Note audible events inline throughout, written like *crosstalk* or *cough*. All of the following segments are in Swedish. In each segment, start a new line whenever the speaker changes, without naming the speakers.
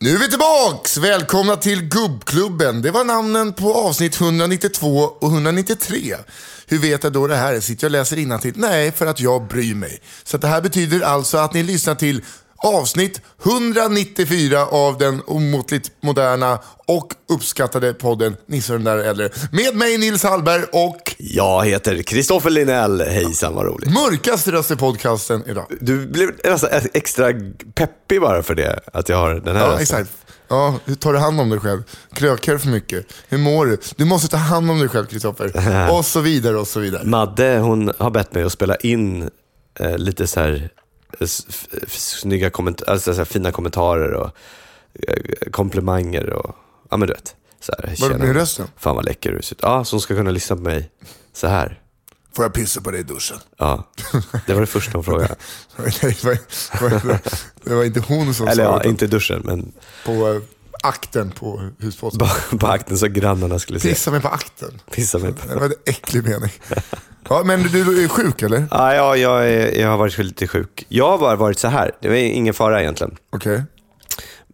Nu är vi tillbaks! Välkomna till Gubbklubben. Det var namnen på avsnitt 192 och 193. Hur vet jag då det här? Sitter jag och läser till? Nej, för att jag bryr mig. Så att det här betyder alltså att ni lyssnar till avsnitt 194 av den omåttligt moderna och uppskattade podden Nisse och den där äldre. Med mig Nils Hallberg och
Jag heter Kristoffer Linell. Hejsan vad roligt.
mörkaste röst i podcasten idag.
Du blev nästan extra peppig bara för det, att jag har den här
Ja,
rösten.
exakt. Ja, hur tar du hand om dig själv? Krökar du för mycket? Hur mår du? Du måste ta hand om dig själv,
*laughs*
Kristoffer. Och så vidare, och så vidare.
Madde, hon har bett mig att spela in eh, lite så här eh, s- f- f- snygga komment- alltså, så här, fina kommentarer och eh, komplimanger och, ja men du vet. Så här,
Var det
"Tjena,
med rösten?
Fan vad läcker du ser ut. Ja, så hon ska kunna lyssna på mig så här.
Får jag pissa på dig i duschen? *laughs*
Ja, det var det första hon frågade.
Nej, det var, det var, det var inte hon som
Eller
sa
ja,
det.
inte i duschen, men *laughs*
På eh, akten på husbåten.
på- på akten så grannarna skulle se.
Pissa mig på akten.
Pissa mig på.
Det var en äcklig mening. Ja, men du är sjuk eller?
Ah, ja, jag, är, jag har varit lite sjuk. Jag har bara varit så här. Det var ingen fara egentligen.
Okej.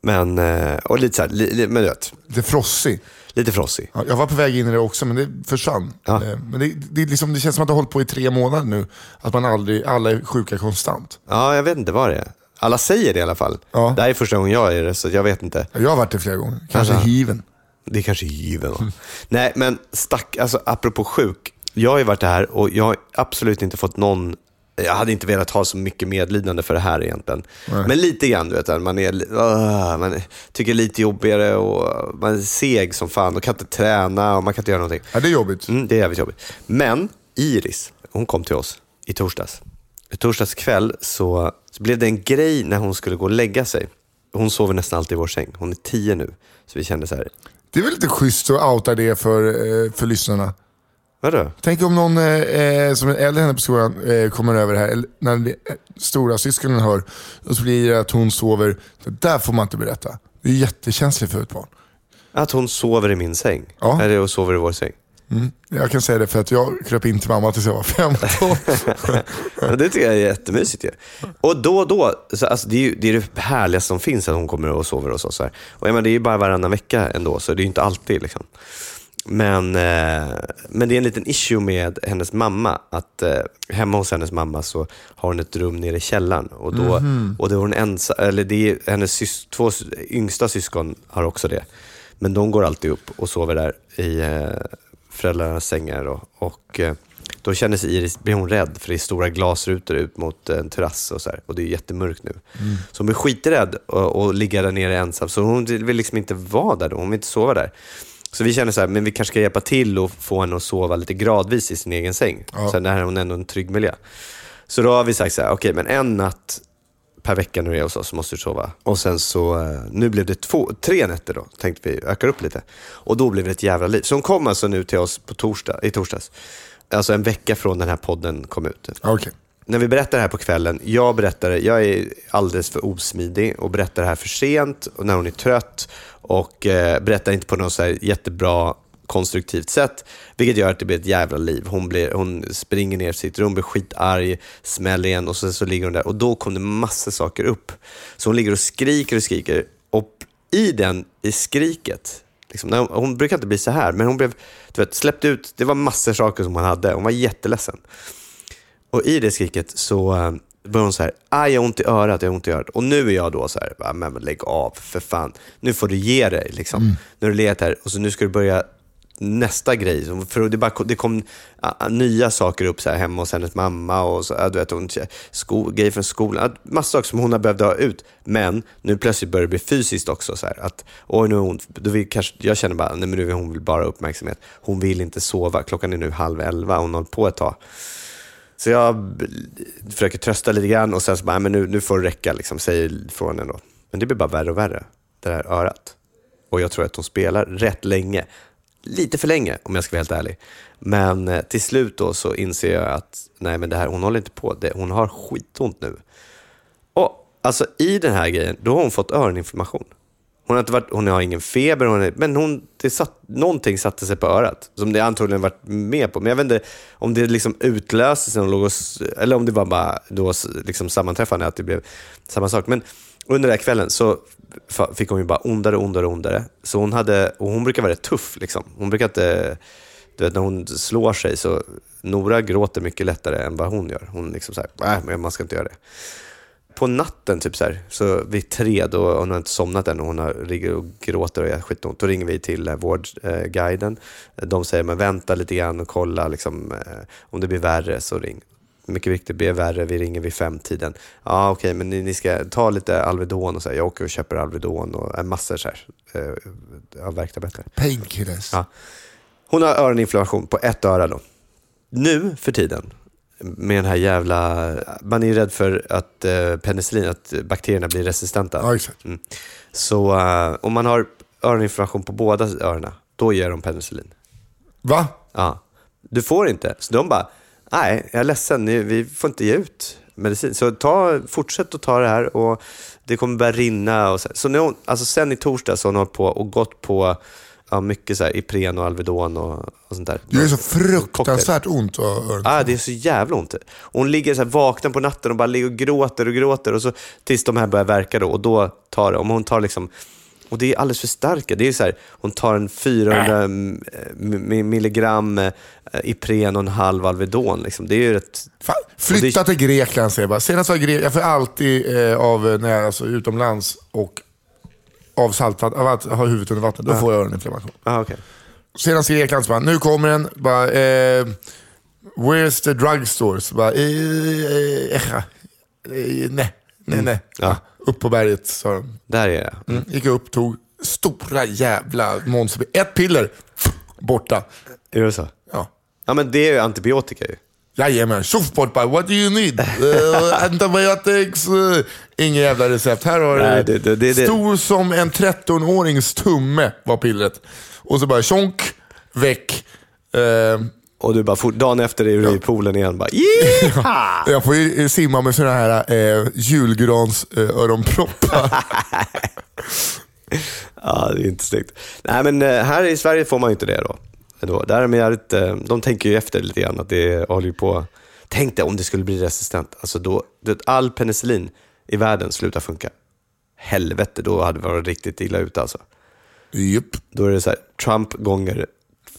Men, eh, och lite så här, li, li, men du vet,
Det är frossig.
lite frossig.
Ja, jag var på väg in i det också, men det försvann.
Ja.
Eh, Men det, det, är liksom, det känns som att det har hållit på i tre månader nu. Att man aldrig, alla är sjuka konstant.
Ja, jag vet inte vad det är. Alla säger det i alla fall.
Ja.
Det här är första gången jag är det, så jag vet inte.
Jag har varit det flera gånger. Kanske
Aha.
hiven.
Det är kanske given. va? Nej, men stack, alltså apropå sjuk. Jag har ju varit här och jag har absolut inte fått någon... Jag hade inte velat ha så mycket medlidande för det här egentligen. Men lite grann, du vet. där Man, är, li- ah, man tycker lite jobbigare och man är seg som fan och kan inte träna och man kan inte göra någonting.
Ja, det är jobbigt.
Mm, det är jävligt jobbigt. Men Iris, hon kom till oss i torsdags. I torsdags kväll så, så blev det en grej när hon skulle gå och lägga sig. Hon sover nästan alltid i vår säng. Hon är tio nu. Så vi kände så här,
Det är väl lite schysst att outa det för, eh, för lyssnarna.
vadå?
Tänk om någon eh, eh, som är äldre henne på skolan eh, kommer över här, eller när det- eh, stora syskonen hör, och så blir det att hon sover. Det där får man inte berätta. Det är jättekänsligt för ett barn.
Att hon sover i min säng.
Ja.
Eller och sover i vår säng.
Jag kan säga det för att jag kröp in till mamma tills jag var 15.
*laughs* Ja, Det tycker jag är jättemysigt ju. Och då och då, så, alltså, det, är ju, det är det härligaste som finns att hon kommer och sover hos oss. Så här. Och jag menar, det är ju bara varannan vecka ändå, så det är ju inte alltid. Liksom. Men, eh, men det är en liten issue med hennes mamma. Att eh, Hemma hos hennes mamma så har hon ett rum nere i källaren. Och, då, och då är hon ensam, eller det är, hennes sys, två sy- yngsta syskon har också det. Men de går alltid upp och sover där i eh, föräldrarnas sängar. Och, och, eh, då känner sig Iris, blir hon rädd för det är stora glasrutor ut mot en terrass och så här. Och det är jättemörkt nu. Så hon blir skiträdd och, och ligga där nere ensam. Så hon vill liksom inte vara där då, hon vill inte sova där. Så vi känner så här, men vi kanske ska hjälpa till och få henne att sova lite gradvis i sin egen säng. Så här, när hon ändå är i en trygg miljö. Så då har vi sagt så här, okej men en natt per vecka när du är hos oss så måste du sova. Och sen så, eh, nu blev det två, tre nätter då, tänkte vi ökar upp lite. Och då blev det ett jävla liv. Så hon kom alltså nu till oss på torsdag, i torsdags. Alltså en vecka från den här podden kom ut.
Okej.
När vi berättar det här på kvällen, jag berättar det- jag är alldeles för osmidig och berättar det här för sent och när hon är trött och eh, berättar inte på något så här jättebra konstruktivt sätt, vilket gör att det blir ett jävla liv. Hon, blir, hon springer ner till sitt rum, blir skitarg, smäller igen och sen så ligger hon där och då kom det massa saker upp. Så hon ligger och skriker och skriker och i den, i skriket, Liksom. Nej, hon, hon brukar inte bli så här, men hon blev du vet, släppt ut. Det var massor saker som hon hade. Hon var jätteledsen. Och i det skriket så eh, började hon så här, aj jag har ont i örat, jag har ont i örat. Och nu är jag då så här, "Va, men lägg av för fan. Nu får du ge dig liksom. Nu har du legat här och så nu ska du börja nästa grej. Så- För det, bara, kom- det kom ah, ah, nya saker upp så här, hemma hos hennes mamma och så, ja, du vet, hon, sko, grejer från skolan. Att- Massa saker som hon har behövt ha ut. Men nu plötsligt börjar det bli fysiskt också. Så här, att, Oj, nu har hon, då vill kanske, jag känner bara, nej men nu vill hon vill bara ha uppmärksamhet. Hon vill inte sova. Klockan är nu halv elva, hon har hållit på ett tag. Så jag b- försöker trösta lite grann och sen så bara, "Nej, men nu, nu får det räcka, liksom, säger från ändå. Men det blir bara värre och värre, det här örat. Och jag tror att hon spelar rätt länge. Lite för länge om jag ska vara helt ärlig. Men eh, till slut då så inser jag att nej men det här, hon håller inte på. Det, hon har skitont nu. Och alltså i den här grejen, då har hon fått öroninflammation. Hon har, inte varit, hon har ingen feber, hon är, men hon, det satt, någonting satte sig på örat. Som det antagligen varit med på. Men jag vet inte om det liksom utlöstes när hon låg och, s- eller om det var bara då s- liksom sammanträffande att det blev samma sak. Men under den här kvällen så fa- fick hon ju bara ondare och ondare och ondare. Så hon, hade, och hon brukar vara rätt tuff. Liksom. Hon brukar inte du vet, när hon slår sig så Nora gråter mycket lättare än vad hon gör. Hon liksom så här, "Äh, men man ska inte göra det på natten, typ så här, så vid tre, då hon har inte somnat än och hon har, ligger och gråter och gör skitont. Då ringer vi till eh, vårdguiden. De säger, men vänta lite grann och kolla, liksom, eh, om det blir värre så ring. Mycket viktigt, blir det värre, vi ringer vid femtiden. Ja, okej, men ni, ni ska ta lite Alvedon och så här. Jag åker och köper Alvedon och eh, massor så här. Eh, av värktabletter.
Painkillers.
Ja. Hon har öroninflammation på ett öra då. Nu för tiden, med den här jävla... Man är ju rädd för att eh, penicillin, att bakterierna blir resistenta.
Ja, exakt.
Mm. Så eh, om man har öroninflammation på båda öronen, då ger de penicillin.
Va?
Ja. Du får inte. Så de bara, nej, jag är ledsen, ni- vi får inte ge ut medicin. Så ta, fortsätt att ta det här och det kommer börja rinna. Och så så nu, har hon- alltså sen i torsdag så har hon hållit på och gått på ja, mycket så här, Ipren och Alvedon och, och sånt där.
Det gör så
Cocktail.
fruktansvärt ont att ha öron.
Ah, det är så jävla ont. Och Hon ligger så här vaknar på natten och bara ligger och gråter och gråter och så tills de här börjar verka då och då tar det. Om hon tar liksom och det är alldeles för starka. Det är så här, hon tar en 400 m- m- milligram eh, Ipren och en halv Alvedon. Liksom. Det är ju rätt...
Fan, flytta
Och
till Grekland säger jag bara. Senast var jag i Grekland, jag får alltid eh, av eh, när jag är alltså, utomlands och av saltvatten, av att ha huvudet under vattnet, då får jag öroninflammation.
Ah, okay.
Senast i Grekland så bara, nu kommer den. Bara, eh, where's the drugstore? Så bara, eh, eh, eh, eh, nej, nej, nej.
Ja.
Upp på berget sa de.
Där är jag.
Mm. Gick jag upp, tog stora jävla monster. Ett piller, borta.
Är det så?
Ja.
Ja, men det är ju antibiotika ju.
Jajamän, tjoff bort bara. What do you
*laughs*
need? Uh, antibiotics? Uh, Inget jävla recept. Här har
Nej,
du.
det- det- det- det-
Stor som en 13-årings tumme var pillret. Och så bara tjonk, väck.
*laughs*
Eh,
Och du bara, fort, dagen efter är du i poolen igen bara, Yeeha!
*laughs* Jag får ju simma med sådana här eh, julgransöronproppar.
*laughs* Ja, det är inte snyggt. Nej, men eh, här i Sverige får man ju inte det då. då där är de, jävligt, eh, de tänker ju efter lite grann att det håller ju på. Tänk dig om det skulle bli resistent. Alltså då, det, all penicillin i världen slutar funka. Helvete, då hade vi varit riktigt illa ute alltså.
Jupp.
Då är det så här, Trump gånger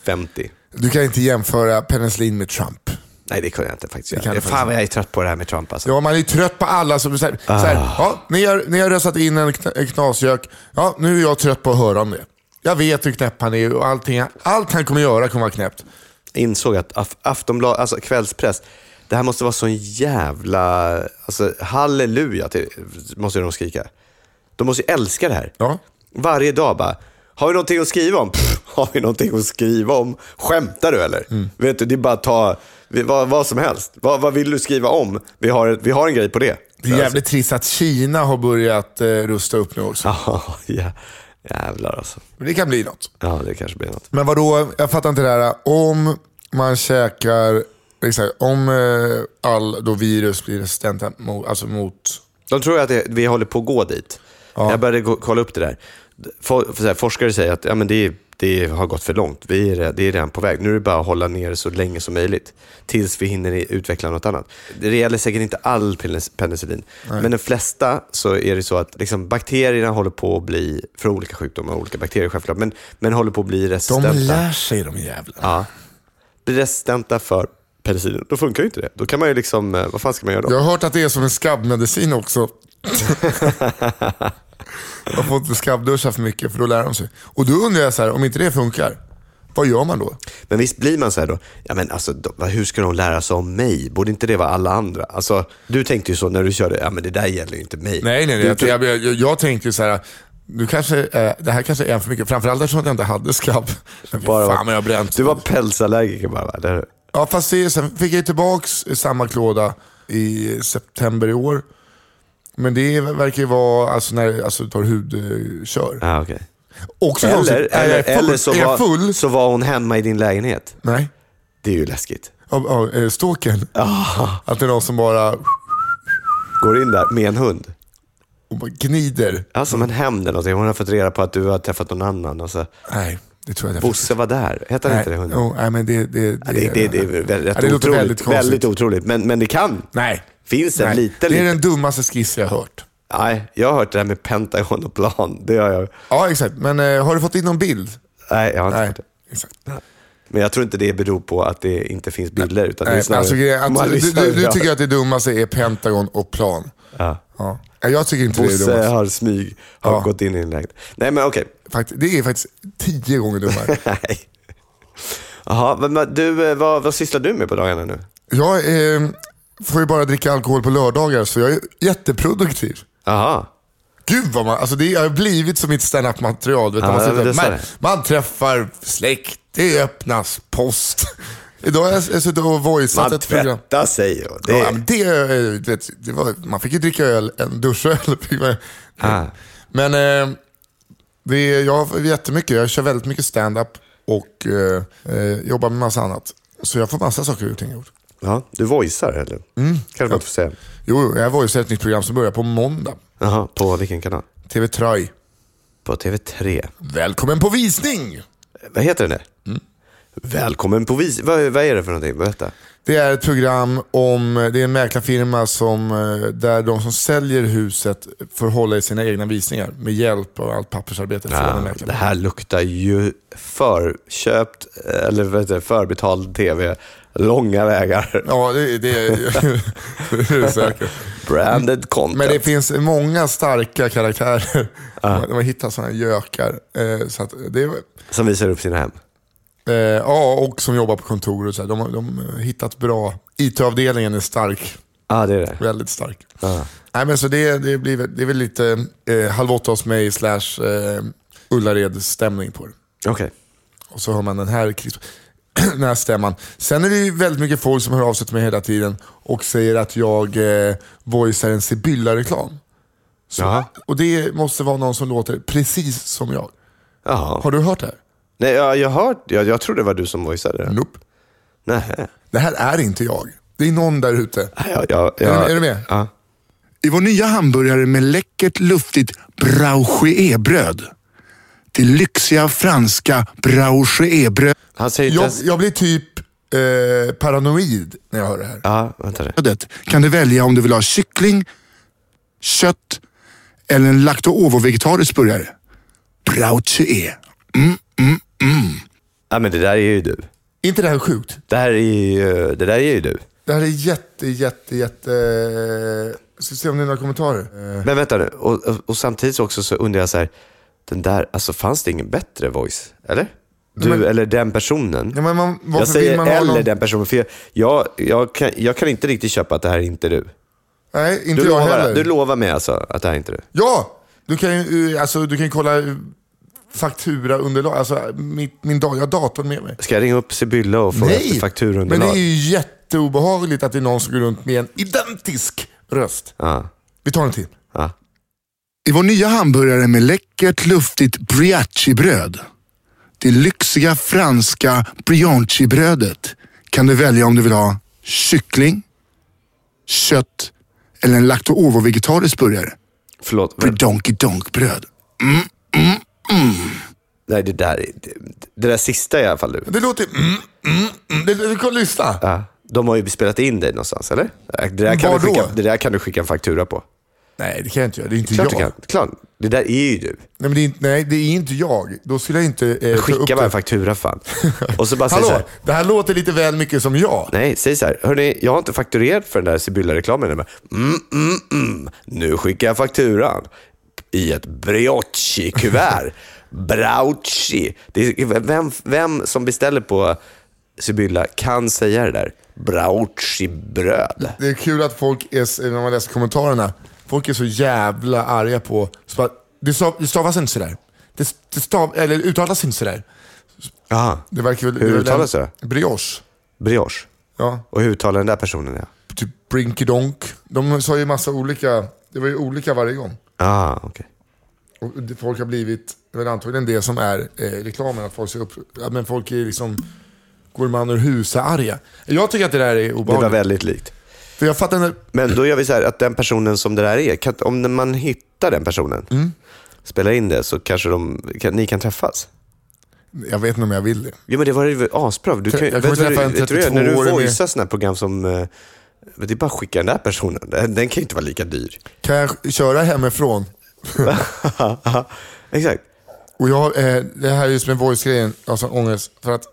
50.
Du kan inte jämföra penicillin med Trump.
Nej, det kunde jag inte faktiskt
kan
göra.
du
Fan
faktiskt.
vad jag är trött på det här med Trump alltså.
Ja, man är ju trött på alla som säger
Ah.
så här, ja, ni, har, ni har röstat in en kn- en knasgök. Ja, nu är jag trött på att höra om det. Jag vet hur knäpp han är och allting, allt han kommer göra kommer vara knäppt.
insåg att af- Aftonbladet, alltså kvällspress, det här måste vara sån jävla, alltså halleluja, till, måste de skrika. De måste ju älska det här.
Ja.
Varje dag bara, har vi någonting att skriva om? Pff, har vi någonting att skriva om? Skämtar du eller?
Mm.
Vet du, det är bara att ta vi- vad, vad som helst. Vad, vad vill du skriva om? Vi har, vi har en grej på det.
Det är jävligt trist att Kina har börjat eh, rusta upp nu också.
Ja, *laughs* jävlar alltså.
Men det kan bli något.
Ja, det kanske blir något.
Men vadå, jag fattar inte det här. Om man käkar, exakt, om eh, all då virus blir resistenta mot, alltså mot
De tror att det, vi håller på att gå dit. Jag började gå, kolla upp det där. for, för så här, forskare säger att ja, men det, det har gått för långt. Vi är, re- det är redan på väg. Nu är det bara att hålla ner det så länge som möjligt. Tills vi hinner i- utveckla något annat. Det gäller säkert inte all penis- penicillin. Men de flesta så är det så att liksom, bakterierna håller på att bli, för olika sjukdomar, olika bakterier självklart, men, men håller på att bli
De
resistenta.
lär sig de jävlarna.
Ja. Blir resistenta för penicillin, då funkar ju inte det. Då kan man ju liksom, eh, vad fan ska man göra då?
Jag har hört att det är som en skabbmedicin *laughs* också. Man får inte skabbduscha för mycket för då lär de sig. Och då undrar jag så här, om inte det funkar, vad gör man då?
Men visst blir man så här då, ja men alltså de, vad- hur ska de lära sig om mig? Borde inte det vara alla andra? Alltså, du tänkte ju så när du körde, ja men det där gäller ju inte mig.
Nej, nej, nej.
Du
Jag,
tror-
jag, jag, jag tänkte ju så här, nu kanske, eh, det här kanske är en för mycket. Framförallt eftersom att jag inte hade skabb.
bara
Bara Fan vad jag har bränt.
Du var pälsallergiker bara, va? Eller hur?
Ja, fast det, är- sen fick jag ju tillbaks samma klåda i september i år. Men det verkar ju vara alltså när alltså, tar hudkör.
Ja, okej.
Också konstigt.
Eller,
alltså, är
eller,
jag full?
eller så,
är jag full?
var, så var hon hemma i din lägenhet.
Nej.
Det är ju läskigt.
Av, av eh, stalkern?
Ah.
Att det är någon som bara
Går in där med en hund.
och bara gnider.
Ja, som en hämnd eller någonting. Hon har fått reda på att du har träffat någon annan. Och så.
Nej, det tror jag definitivt
Bosse var där. Hette han
Nej,
inte det? Hunden?
jo, nej, men det, det, det,
Ja, det, det, det är väl rätt
Ja, det låter
otroligt.
väldigt
Väldigt,
konstigt.
otroligt. Men, men det kan.
Nej.
Finns en
Nej,
liten...
det är
liten-
den dummaste skiss jag har hört.
Nej, jag har hört det där med pentagon och plan. Det har jag.
Ja, exakt. Men eh, har du fått in någon bild?
Nej, jag har inte
Nej,
hört det.
exakt.
Men jag tror inte det beror på att det inte finns bilder. Utan det är
Nej,
snarare...
alltså, grejen är att,
man
du,
lyssnar
du, du
bra.
tycker att det dummaste är Pentagon och plan.
Ja.
Ja. Nej, Jag tycker inte det är
Bosse
dummast.
har smyg, har
Ja.
gått in i en lägenhet. Nej, men okej.
Fakt, det är faktiskt tio gånger dummare.
Nej. Jaha, men- men du, eh, vad, vad sysslar du med på dagarna nu?
jag eh, får ju bara dricka alkohol på lördagar så jag är jätteproduktiv.
Jaha.
Gud vad man, alltså det har blivit som mitt standup-material. Du vet,
Ja,
man,
men
sitter,
det sa
man,
det.
man träffar släkt, det öppnas post. *laughs* Idag har jag s- jag suttit och voiceat
Man
ett program.
tvättar sig ju. Det...
Ja, men det, eh, du vet, det var, man fick ju dricka öl, en duschöl. fick man-
Ah.
Men eh, det, är- jag har jättemycket, jag kör väldigt mycket standup och eh, eh, jobbar med massa annat. Så jag får massa saker och ting gjort.
Ja, du voicear eller? Mm. Kanske man inte får säga.
Jo, jo, jag voicear ett nytt program som börjar på måndag.
Jaha, på vilken kanal?
TV Traj.
På TV3.
Välkommen på visning!
Vad heter den där?
Mm.
Välkommen på vis... Vad, vad är det för någonting? Berätta.
Det är ett program om, det är en mäklarfirma som, eh, där de som säljer huset får hålla i sina egna visningar med hjälp av allt pappersarbete från en
Ja,
mäklare.
Ah, det här luktar ju förköpt, eh, eller vad heter det, förbetald tv. Långa vägar.
Ja, det, det, *laughs* det är säkert.
Branded content.
Men det finns många starka karaktärer.
Ah.
De har hittat sådana gökar. Eh, Så att det,
Som visar upp sina hem.
eh, ja, och som jobbar på kontor och så här. De, har- de har hittat bra. IT-avdelningen är stark.
Ja, det är det.
Väldigt stark. Nej, men så det, det, blir, väl- det är väl lite eh, Halv åtta hos mig slash eh, Ullared-stämning på det.
Okej.
Och så hör man den här, krisp- *clears throat* den här stämman. Sen är det ju väldigt mycket folk som hör av sig till mig hela tiden och säger att jag eh, voicear en Sibylla-reklam. Så-
Jaha.
Och det måste vara någon som låter precis som jag.
Jaha.
Har du hört det här?
Nej, jag, jag, hört, jag, jag trodde det var du som voiceade det.
Nope.
Nej.
Det här är inte jag. Det är någon där ute.
Jag, jag,
Är,
jag,
du, är du med?
Ja.
I vår nya hamburgare med läckert luftigt brauchébröd. Det lyxiga franska brauchébrödet
Han säger inte
Jag,
ens...
jag blir typ eh, paranoid när jag hör det här.
Ja, vänta nu.
kan du välja om du vill ha kyckling, kött eller en lakto-ovo-vegetarisk burgare. Brauché.
Ja, men det där är ju du.
Är inte det här sjukt?
Det, här är ju, det där är ju du.
Det här är jätte, jätte, jätte... Jag ska se om det är några kommentarer. Eh,
Men vänta nu, och, och, och samtidigt så också så undrar jag så här, den där, alltså fanns det ingen bättre voice? Eller? Du eller den personen?
Ja, men man, varför
jag säger
vill man ha
eller
någon...
den personen, för jag, jag, jag, kan, jag kan inte riktigt köpa att det här är inte du.
Nej, inte
Du,
jag
lovar,
heller.
du lovar mig alltså att det här är inte du?
Ja! Du kan ju eh, alltså, du kan ju kolla eh, fakturaunderlag. Alltså, mitt, min, dag- jag har datorn med mig.
Ska jag ringa upp Sibylla och fråga efter
Nej! Men det
fakturunderlag?
är ju jätteobehagligt att det är någon som går runt med en identisk röst.
Ja,
Vi tar en till.
ja.
I vår nya hamburgare med läckert luftigt brioche-bröd. Det lyxiga franska brioche-brödet kan du välja om du vill ha kyckling, kött eller en lakto-ovo-vegetarisk burgare.
Förlåt,
Donky Donk-bröd.
Nej, det där, är- det, det där sista i alla fall du.
Det låter... Mm, mm, mm. Det, det, kan lyssna.
Ja, de har ju spelat in dig någonstans, eller? Det där, kan
Var
du
då?
skicka, det där kan du skicka en faktura på.
Nej, det kan jag inte göra. Det är inte
Klart du
jag.
kan. Klart. Det där är ju du.
Nej, men det är, inte- nej, det är inte jag. Då skulle jag inte eh, ta upp
Skicka bara en
det.
faktura *laughs* fan. Och så bara säg så
Hallå,
här.
det här låter lite väl mycket som jag.
Nej, säg så här. Hörrni, jag har inte fakturerat för den där Sibylla-reklamen. ännu, men- Mm, mm, mm. Nu skickar jag fakturan i ett brioche-kuvert. *laughs* Brauchi. Det är- Vem, vem som beställer på Sibylla kan säga det där. Brauchi-bröd.
Det är kul att folk, är, när man läser kommentarerna, folk är så jävla arga på... Så bara, det, stav, det stavas inte sådär. Det, det stav, eller uttalas inte sådär.
Aha.
Det verkar väl...
Hur
det är väl
uttalas
en-
det?
Brioche.
Brioche.
Ja,
Och hur uttalar den där personen det?
typ Brinkedonk. De sa ju massa olika... Det var ju olika varje gång.
Ah, okej.
Och det- folk har blivit, men antagligen det som är eh, reklamen, att folk, ser upp, ja, men folk är liksom, går man ur huset arga. Jag tycker att det där är
Det var
obehagligt.
väldigt likt.
För jag fattar inte,
Men då gör vi så här att den personen som det där är, kan, om man hittar den personen,
Mm.
spelar in det så kanske de, kan, ni kan träffas.
jag vet inte om jag vill det.
Jo men det var ju asbra. Du kan,
Jag
vet,
kommer
vet, du
träffa en
vet du det, när du
32-årig med-
voicear sådana här program som, eh, det är bara att skicka den där personen. Den, den kan ju inte vara
*laughs*
lika dyr.
Kan jag köra hemifrån?
Exakt.
Och jag, eh, det här är ju som en voice-grejen, alltså ångest. För att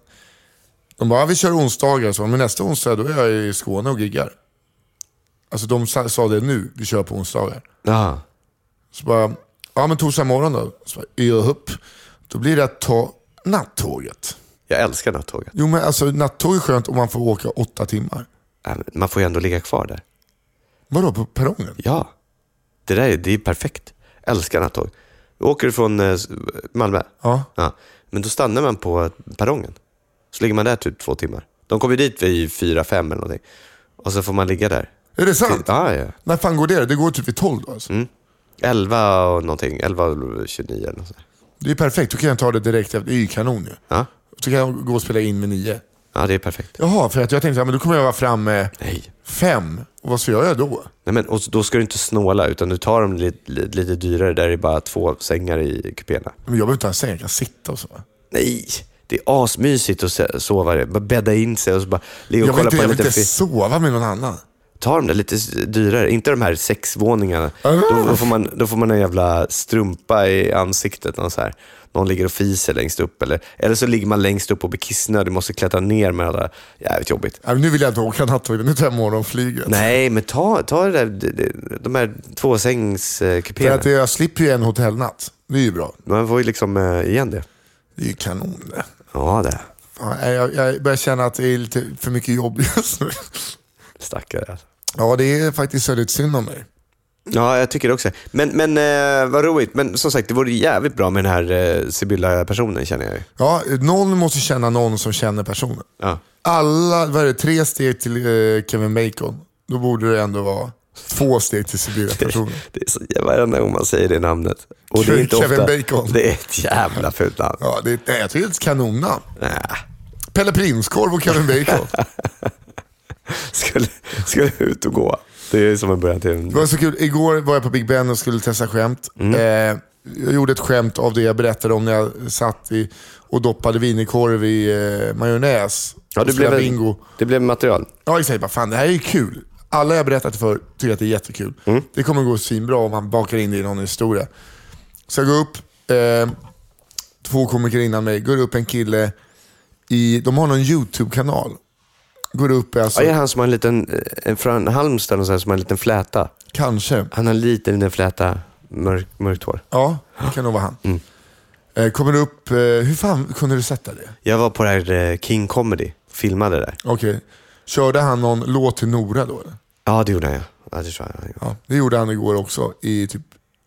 de bara, "Ja, vi kör onsdagar, så, men nästa onsdag då är jag i Skåne och giggar. Alltså de sa, sa det nu, vi kör på onsdagar.
Ja.
Så bara, ja men torsdag morgon då, så bara, "Ja, upp. Då blir det att ta nattåget.
Jag älskar nattåget.
Jo men alltså nattåg är skönt om man får åka åtta timmar.
Äh, men Man får ju ändå ligga kvar där.
Vadå, på perrongen?
Ja. Det där är, det är perfekt. Älskar nattåg. Åker du från eh, Malmö?
Ja.
Men då stannar man på perrongen. Så ligger man där typ två timmar. De kommer ju dit vid fyra, fem eller någonting. Och så får man ligga där.
Är det sant?
Ja, Mm. ja.
När fan går det? Det går typ vid tolv då alltså.
Elva och någonting. Elva och 29 eller något sånt.
Det är perfekt, då kan jag ta det direkt efter. Det är ju kanon ju.
Ja.
Så kan jag gå och spela in med nio.
ja, det är perfekt.
Jaha, för att jag tänkte att men då kommer jag vara framme
Nej.
fem. Och vad ska jag göra då?
Nej men, och då ska du inte snåla, utan du tar dem lite, lite, lite dyrare där det är bara två sängar i kupéerna.
Men jag behöver inte ha en säng, jag kan sitta och så.
Nej, det är asmysigt att se- sova där. Bara bädda in sig och så bara ligga
Jag
och
vill
kolla
inte,
på
jag
en
vill
liten
inte
film.
sova med någon annan.
Ta dem där lite s- dyrare, inte de här sexvåningarna.
Ah.
Då, då, får man, då får man en jävla strumpa i ansiktet. Någon, så här. någon ligger och fiser längst upp. Eller, eller så ligger man längst upp och blir kissnödig du måste klättra ner med alla. Jävligt jobbigt.
Nej, men nu vill jag inte åka nattåget, nu tar jag morgonflyget.
Nej, men ta, ta det där, de- de- de här
För
tvåsängskupéerna.
att jag slipper ju en hotellnatt. Det är ju bra.
Man får ju liksom eh, igen det.
Det är ju kanon det.
Ja, det.
Ja, nej, jag, jag börjar känna att det är lite för mycket jobb just nu.
Stackare. alltså.
Ja, det är faktiskt väldigt synd om mig.
Ja, jag tycker det också. Men, men eh, vad roligt. Men som sagt, det vore jävligt bra med den här eh, Sibylla-personen känner jag ju.
Ja, någon måste känna någon som känner personen.
Ja.
Alla, vad är det, tre steg till eh, Kevin Bacon. Då borde det ändå vara två steg till Sibylla personen.
Det är så jävla varenda gång man säger det namnet. Och det är inte
Kevin
ofta,
Bacon.
Det är ett jävla fult namn.
Ja, det, nej, jag tycker det är ett kanonnamn.
Nä.
Pelle Prinskorv och Kevin Bacon.
Skulle, skulle ut och gå. Det är som en början till en...
Det var så kul, igår var jag på Big Ben och skulle testa skämt.
Mm.
Eh, jag gjorde ett skämt av det jag berättade om när jag satt i, och doppade wienerkorv i eh, majonnäs.
Ja,
och
det blev,
spelade
en,
bingo.
det blev material.
Ja, exakt. Bara, fan, det här är ju kul. Alla jag berättat för tycker att det är jättekul.
Mm.
Det kommer gå svinbra om man bakar in det i någon historia. Så jag går upp, eh, två komiker innan mig, går upp en kille i, de har någon YouTube-kanal. Går upp, alltså,
Ja, är han som har en liten, eh, en från Halmstad och så här, som har en liten fläta?
kanske.
Han har en liten, liten fläta, mörk, mörkt hår.
Ja, det kan nog vara han.
Mm.
Eh, kommer upp, eh, hur fan kunde du sätta det?
Jag var på det här eh, King Comedy, filmade där.
Okej. Körde han någon låt till Nora då? Eller?
Ja, det gjorde han ja. ja, det tror jag. han gjorde.
Ja, det gjorde han igår också i typ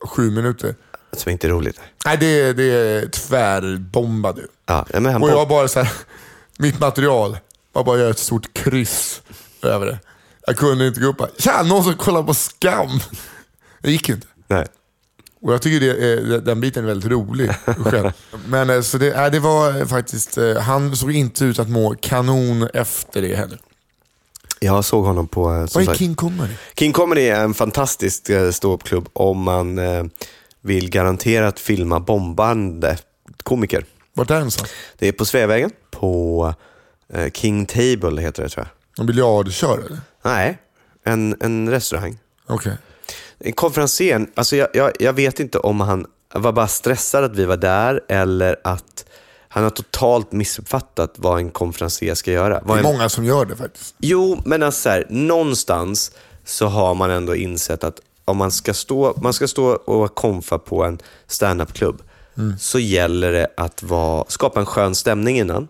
sju minuter.
Som inte är roligt.
Nej, det, det är tvärbomba du.
Ja, men han
Och
bom-
jag bara så här, *laughs* mitt material, jag bara gör ett stort kryss över det. Jag kunde inte gå upp och bara, tja, någon som kollar på skam. Det gick inte.
Nej.
Och jag tycker det, är- eh, den biten är väldigt rolig. Själv.
*laughs*
Men eh, så det, nej, det var eh, faktiskt, eh, han såg inte ut att må kanon efter det heller.
Jag såg honom på... eh, Som
Vad är
sagt-
King Comedy?
King Comedy är en fantastisk eh, ståuppklubb om man eh, vill garanterat filma bombande komiker.
Vart är den så?
Det är på Sveavägen, på eh, King Table heter det tror jag.
En biljardkör eller?
Nej, en, en restaurang.
Okej.
Konferensen, alltså jag, jag, jag vet inte om han var bara stressad att vi var där eller att han har totalt missuppfattat vad en konferencier ska göra.
Det
Vad
är
en,
många som gör det faktiskt.
jo, men alltså så här, någonstans så har man ändå insett att om man ska stå, man ska stå och vara konfa på en standup-klubb
Mm.
så gäller det att vara, skapa en skön stämning innan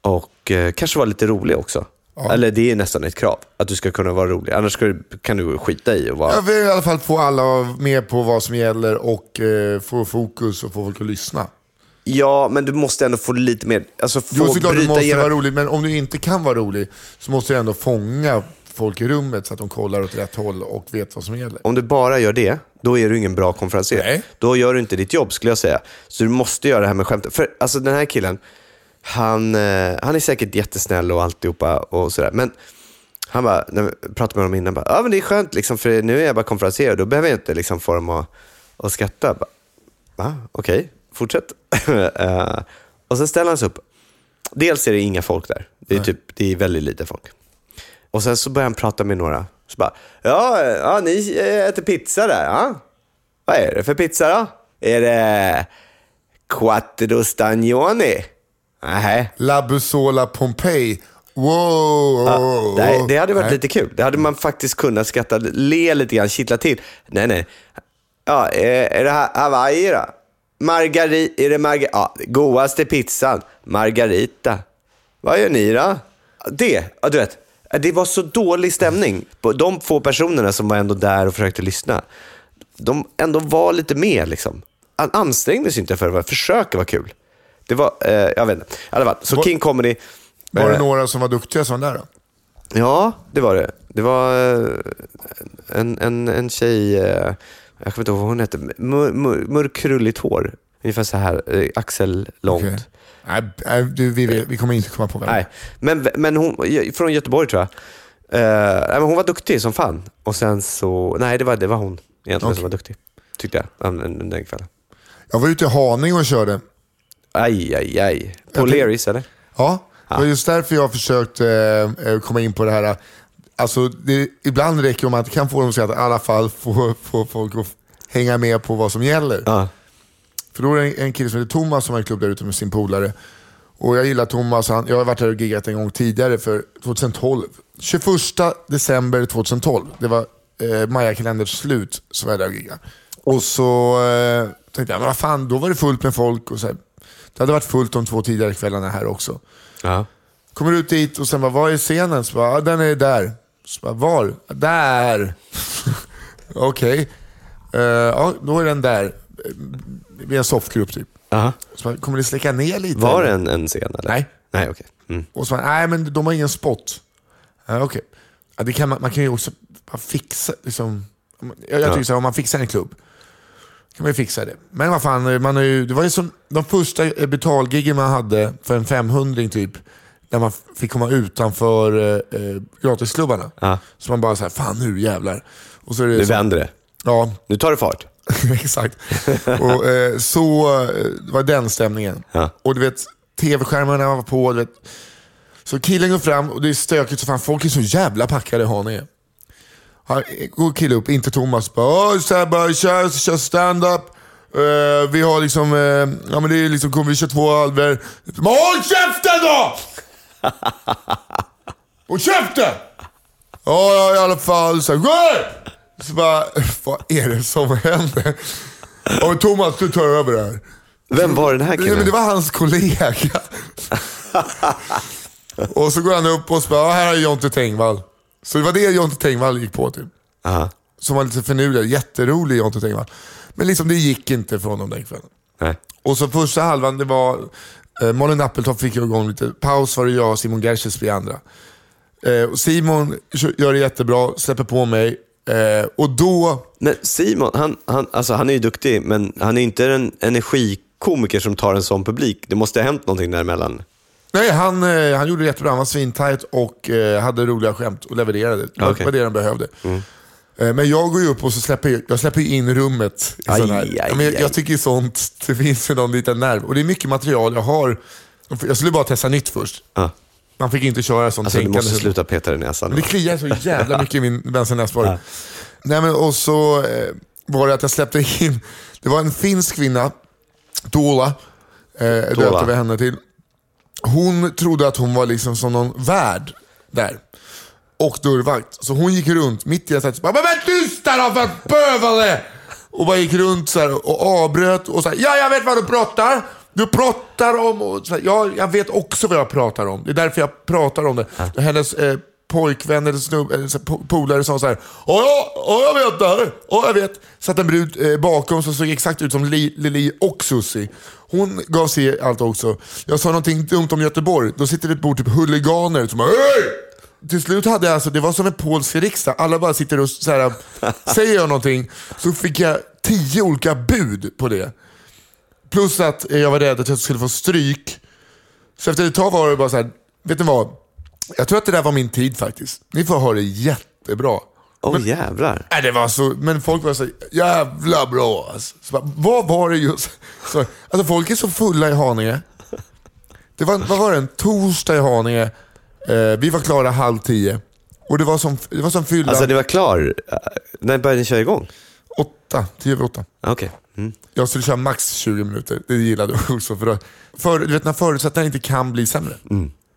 och eh, kanske vara lite rolig också. Eller det är nästan ett krav, att du ska kunna vara rolig. Annars ska du, kan du skita i att vara
Jag vill i alla fall få alla med på vad som gäller och eh, få fokus och få folk att lyssna.
Ja, men du måste ändå få lite mer... Alltså få
Jo, såklart du
bryta
måste
igenom.
vara rolig, men om du inte kan vara rolig så måste du ändå fånga folk i rummet så att de kollar åt rätt håll och vet vad som gäller.
Om du bara gör det, då är du ingen bra konferenser.
Nej.
Då gör du inte ditt jobb, skulle jag säga. Så du måste göra det här med skämtet. För alltså, den här killen, han, eh, han är säkert jättesnäll och alltihopa och sådär. Men han bara, när vi pratade med honom innan, bara, ja men det är skönt liksom, för nu är jag bara konferenser och då behöver jag inte liksom, få dem att, att skratta. Bara, Va? Okej, fortsätt. *laughs* Eh, och sen ställer han sig upp. Dels är det inga folk där. Det är, typ, det är väldigt lite folk. Och sen så börjar han prata med några. Så bara, ja, ja ni eh, äter pizza där. Ja. Vad är det för pizza då? Är det quattro stagioni? Nej.
La Busola Pompeji. Wow!
Ja, Ah, nej, det hade varit
Nej.
lite kul. Det hade man faktiskt kunnat skratta, le lite grann, kittla till. Nej, nej. Ja, eh, är det ha- Hawaii då? Margarita, är det margarita? Ja, godaste pizzan, margarita. Vad gör ni då? Det, ja du vet. Det var så dålig stämning. på De få personerna som var ändå där och försökte lyssna. De ändå var lite med liksom. Han ansträngde sig inte för att försöka vara kul. Det var, eh, jag vet inte. I alla fall, så
Var-
King Comedy.
Var det
eh,
några som var duktiga som var där då?
Ja, det var det. Det var eh, en, en, en tjej, eh, jag kommer inte ihåg vad hon hette, mör- mör- mörkkrulligt hår. Ungefär så här, eh, axel långt.
Okej. Nej, nej, du, vi, vet- vi kommer inte komma på vem.
Nej, men, men hon, från Göteborg tror jag. Eh, nej, men hon var duktig som fan. Och sen så, nej det var, det var hon egentligen som
Okej.
var duktig. Tyckte jag, um, um, den kvällen.
Jag var ute i Haninge och körde.
Aj, aj, aj. På
tänkte-
Leris eller?
Ja, det var
Ah.
just därför jag försökt eh, eh, komma in på det här. Alltså, det, ibland räcker det om man inte kan få dem att säga att i alla fall få, få folk att hänga med på vad som gäller.
Ja.
För då är det en- en kille som heter Thomas som har en klubb där ute med sin polare. Och jag gillar Thomas. Han, jag har varit där och giggat en gång tidigare, för 2012. 21 december 2012. Det var eh, Maja-kalenderns slut som jag var där och giggade. Och så eh, tänkte jag, men vad fan, då var det fullt med folk. Och så här, det hade varit fullt de två tidigare kvällarna här också.
ja.
Kommer ut dit och sen bara, var är scenen? Så bara, ah, den är där. Så bara, var? "Ah, Där! *laughs* Okej. Eh, ja, då är den där. Eh, Vi är en soffgrupp typ.
Aha.
Så bara, kommer det släcka ner lite?
Var det
eller?"
en, en scen eller?
Nej.
Nej, okej. Mm.
Och så bara, nej men de har ingen spot. Ja, Okej. Ja, det kan man, man kan ju också bara fixa, liksom. Jag, jag tycker så här, om man fixar en klubb, kan man ju fixa det. Men vad fan, man har ju, det var ju som de första eh, betalgiggen man hade för en 500 typ, när man f- fick komma utanför eh, eh, gratisklubbarna.
Ja.
Så man bara så här, fan nu jävlar. Och så är det
Nu
så,
vänder det.
ja,
Nu tar det fart.
*laughs* Exakt. Och, eh, så eh, var den stämningen.
Ja.
Och du vet, tv-skärmarna var på. Du vet. Så killen går fram och det är stökigt så fan. Folk är så jävla packade i Haninge. Han eh, går killen upp, inte Thomas, bara "Åh, så här, bara kör, kör stand-up. Eh, vi har liksom, eh, ja men det är liksom, kommer vi kör två halvor. Men håll käften då! Håll käften! Ja, ja, i alla fall. Så, här, "Gå!" så bara, vad är det som händer? Ja, men Thomas, du tar över det här.
Vem var den här
Nej,
killen?
men det var hans kollega. och så går han upp och så bara, "Ja, här är Jonte Tengvall. Så det var det Jonte Tengvall gick på typ.
Aha.
Som var lite finurlig, jätterolig Jonte Tengvall. Men liksom det gick inte för honom den kvällen.
Nej.
Och så första halvan, det var eh, Malin Appeltoft fick igång lite. Paus var det jag och Simon Gerzic blev andra. Eh, och Simon kö- gör det jättebra, släpper på mig. Eh, och då,
Men Simon, han, han, alltså, han är ju duktig, men han är inte en energikomiker som tar en sån publik. Det måste ha hänt någonting däremellan.
nej han, eh, han gjorde det jättebra. Han var svintajt och eh, hade roliga skämt och levererade. Det var-
Okej. Mm.
var det han behövde. Eh, Men jag går ju upp och så släpper jag, jag släpper ju in rummet. I
Aj,
sån här.
aj,
Ja, men jag,
aj.
jag tycker sånt, det finns ju någon liten nerv. Och det är mycket material jag har. Jag skulle bara testa nytt först.
Ja.
Man fick inte köra sånt
Alltså, du
tänkande.
måste sluta peta dig i näsan.
Men det kliar så jävla mycket i min vänstra näsborre. Nej, men och så eh, var det att jag släppte in, det var en finsk kvinna, Dola, eh,
Tuula.
döpte vi henne till. Hon trodde att hon var liksom som någon värd där. Och dörrvakt. Så hon gick runt mitt i det här sättet. Bara, Men vänta tyst där då för bövade! Och bara gick runt så här och avbröt och sa ja jag vet vad du pratar. Du pratar om... Och så här, ja, jag vet också vad jag pratar om. Det är därför jag pratar om det. Hennes eh, pojkvän eller snubb, eller så här, po- polare sa så här. Ja, ja, ja, jag vet det här. Ja, jag vet. Satt en brud eh, bakom som såg exakt ut som Li- Lili och Susi. Hon gav sig allt också. Jag sa någonting dumt om Göteborg. Då sitter det på typ huliganer som bara Hej! Till slut hade jag alltså, det var som en polsk riksdag. Alla bara sitter och så här, säger jag någonting så fick jag tio olika bud på det. Plus att jag var rädd att jag skulle få stryk. Så efter ett tag var det bara så här, vet ni vad? Jag tror att det där var min tid faktiskt. Ni får ha det jättebra.
Åh jävlar.
Nej, det var så, men folk var så jävla bra alltså. så bara, Vad var det just? Så, alltså folk är så fulla i Haninge. Det var, vad var det? En torsdag i Haninge. Eh, vi var klara halv tio. Och det var som, det var som fylla
Alltså det var klar. Eh, När började ni köra igång?
åtta, tio över åtta.
Ah, Okej. Mm.
Jag skulle köra max 20 minuter. Det gillade jag också. För, då- för, du vet när förutsättningarna inte kan bli sämre.
Mm.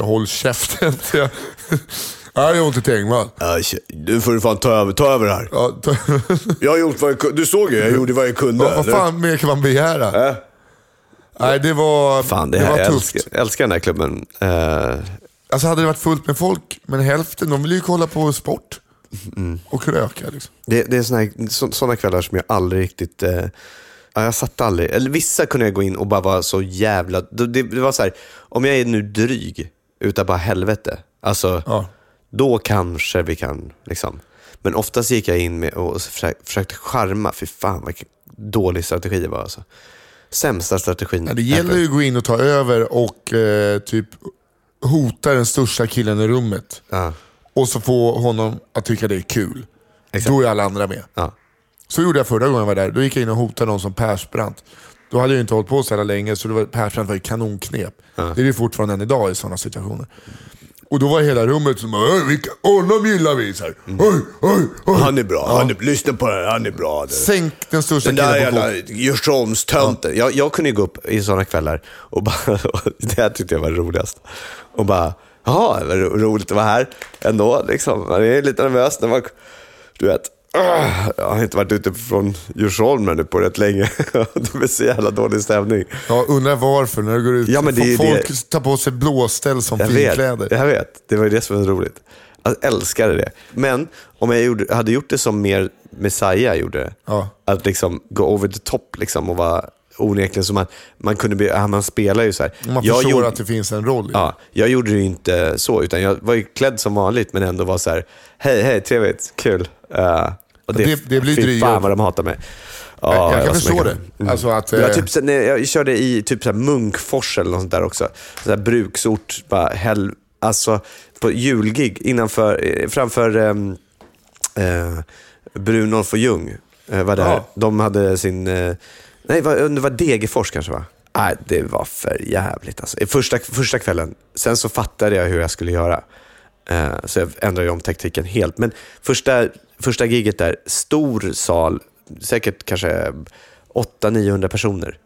“Håll käften”. *laughs* Så jag- Ja, det är ont i Tengvall.
Ah, nu får du fan ta över, ta över här.
Ja, ta- *laughs*
Jag har gjort vad jag kunde. Du såg ju, jag gjorde vad jag kunde. Eh?
Vad, vad fan mer kan man begära? Nej, det var,
Fan, det,
det
här,
var
jag
tufft.
älskar, jag älskar den här klubben. Eh,
Alltså hade det varit fullt med folk, men hälften, de ville ju kolla på sport
Mm.
och kröka. Liksom.
det, det är såna, här, så, såna kvällar som jag aldrig riktigt... eh, ja, jag satt aldrig... Eller vissa kunde jag gå in och bara vara så jävla... Det, det, det var så här, om jag är nu dryg utav bara helvete, alltså,
Ja.
då kanske vi kan... Liksom. Men oftast gick jag in med och försökte, försökte charma. Fy fan vilken dålig strategi det var. Alltså. Sämsta strategin.
Det gäller ju att gå in och ta över och eh, typ hota den största killen i rummet.
Ja.
Och så få honom att tycka det är kul. Då är alla andra med.
Ja.
Så gjorde jag förra gången jag var där. Då gick jag in och hotade någon som Persbrandt. Då hade jag ju inte hållit på så jävla länge, så det var, Persbrandt var ju kanonknep. Det är det fortfarande än idag i sådana situationer. Och då var hela rummet som bara, "Oj, vilka, honom gillar vi. Så här, oj, oj, oj.
Mm. Han är bra, han är, lyssna på den, han är bra. Det.
Sänk den största
Den där
killen på
jävla
golvet.
Djursholmstönten. Jag, jag kunde ju gå upp i sådana kvällar och bara, *laughs* och det här tyckte jag var roligast. Och bara, ja, det var ro- roligt att vara här ändå. Liksom. Man är lite nervös när man, du vet, "Ah, jag har inte varit ute från Djursholmen nu på rätt länge. *laughs* det blir så jävla dålig stämning.
Ja, undrar varför när du går ut.
Ja, men det är ju
folk
det.
tar på sig blåställ som
Jag vet,
finkläder.
jag vet, det var ju det som var roligt. Jag älskade det. Men om jag gjorde, hade gjort det som mer Messiah gjorde det,
Ja.
att liksom gå over the top liksom och vara onekligen som att man kunde bli, ah, man spelar ju så här.
Man
Jag
förstår
gjorde-
att det finns en roll i det.
Ja, jag gjorde det ju inte så, utan jag var ju klädd som vanligt men ändå var så här, hej, hej, trevligt, kul. Eh, och
Det- det blir
fy
dryg-
fan vad de hatar mig. Ja,
jag, jag
var
kan
så
förstå det.
mycket- Mm.
Alltså att, eh,
Jag, typ, så- nej, jag körde i typ så här Munkfors eller något sånt där också. Så här bruksort, bara hell, alltså på julgig innanför, eh, framför ehm, eh, Brunolf och Ljung eh, var där.
Ja.
De hade sin, eh, nej va- det var Degerfors kanske va? Nej, det var för jävligt alltså. I Första, första kvällen, sen så fattade jag hur jag skulle göra. Eh, så jag ändrade ju om taktiken helt. Men första, första giget där, stor sal, säkert kanske 800-900 personer.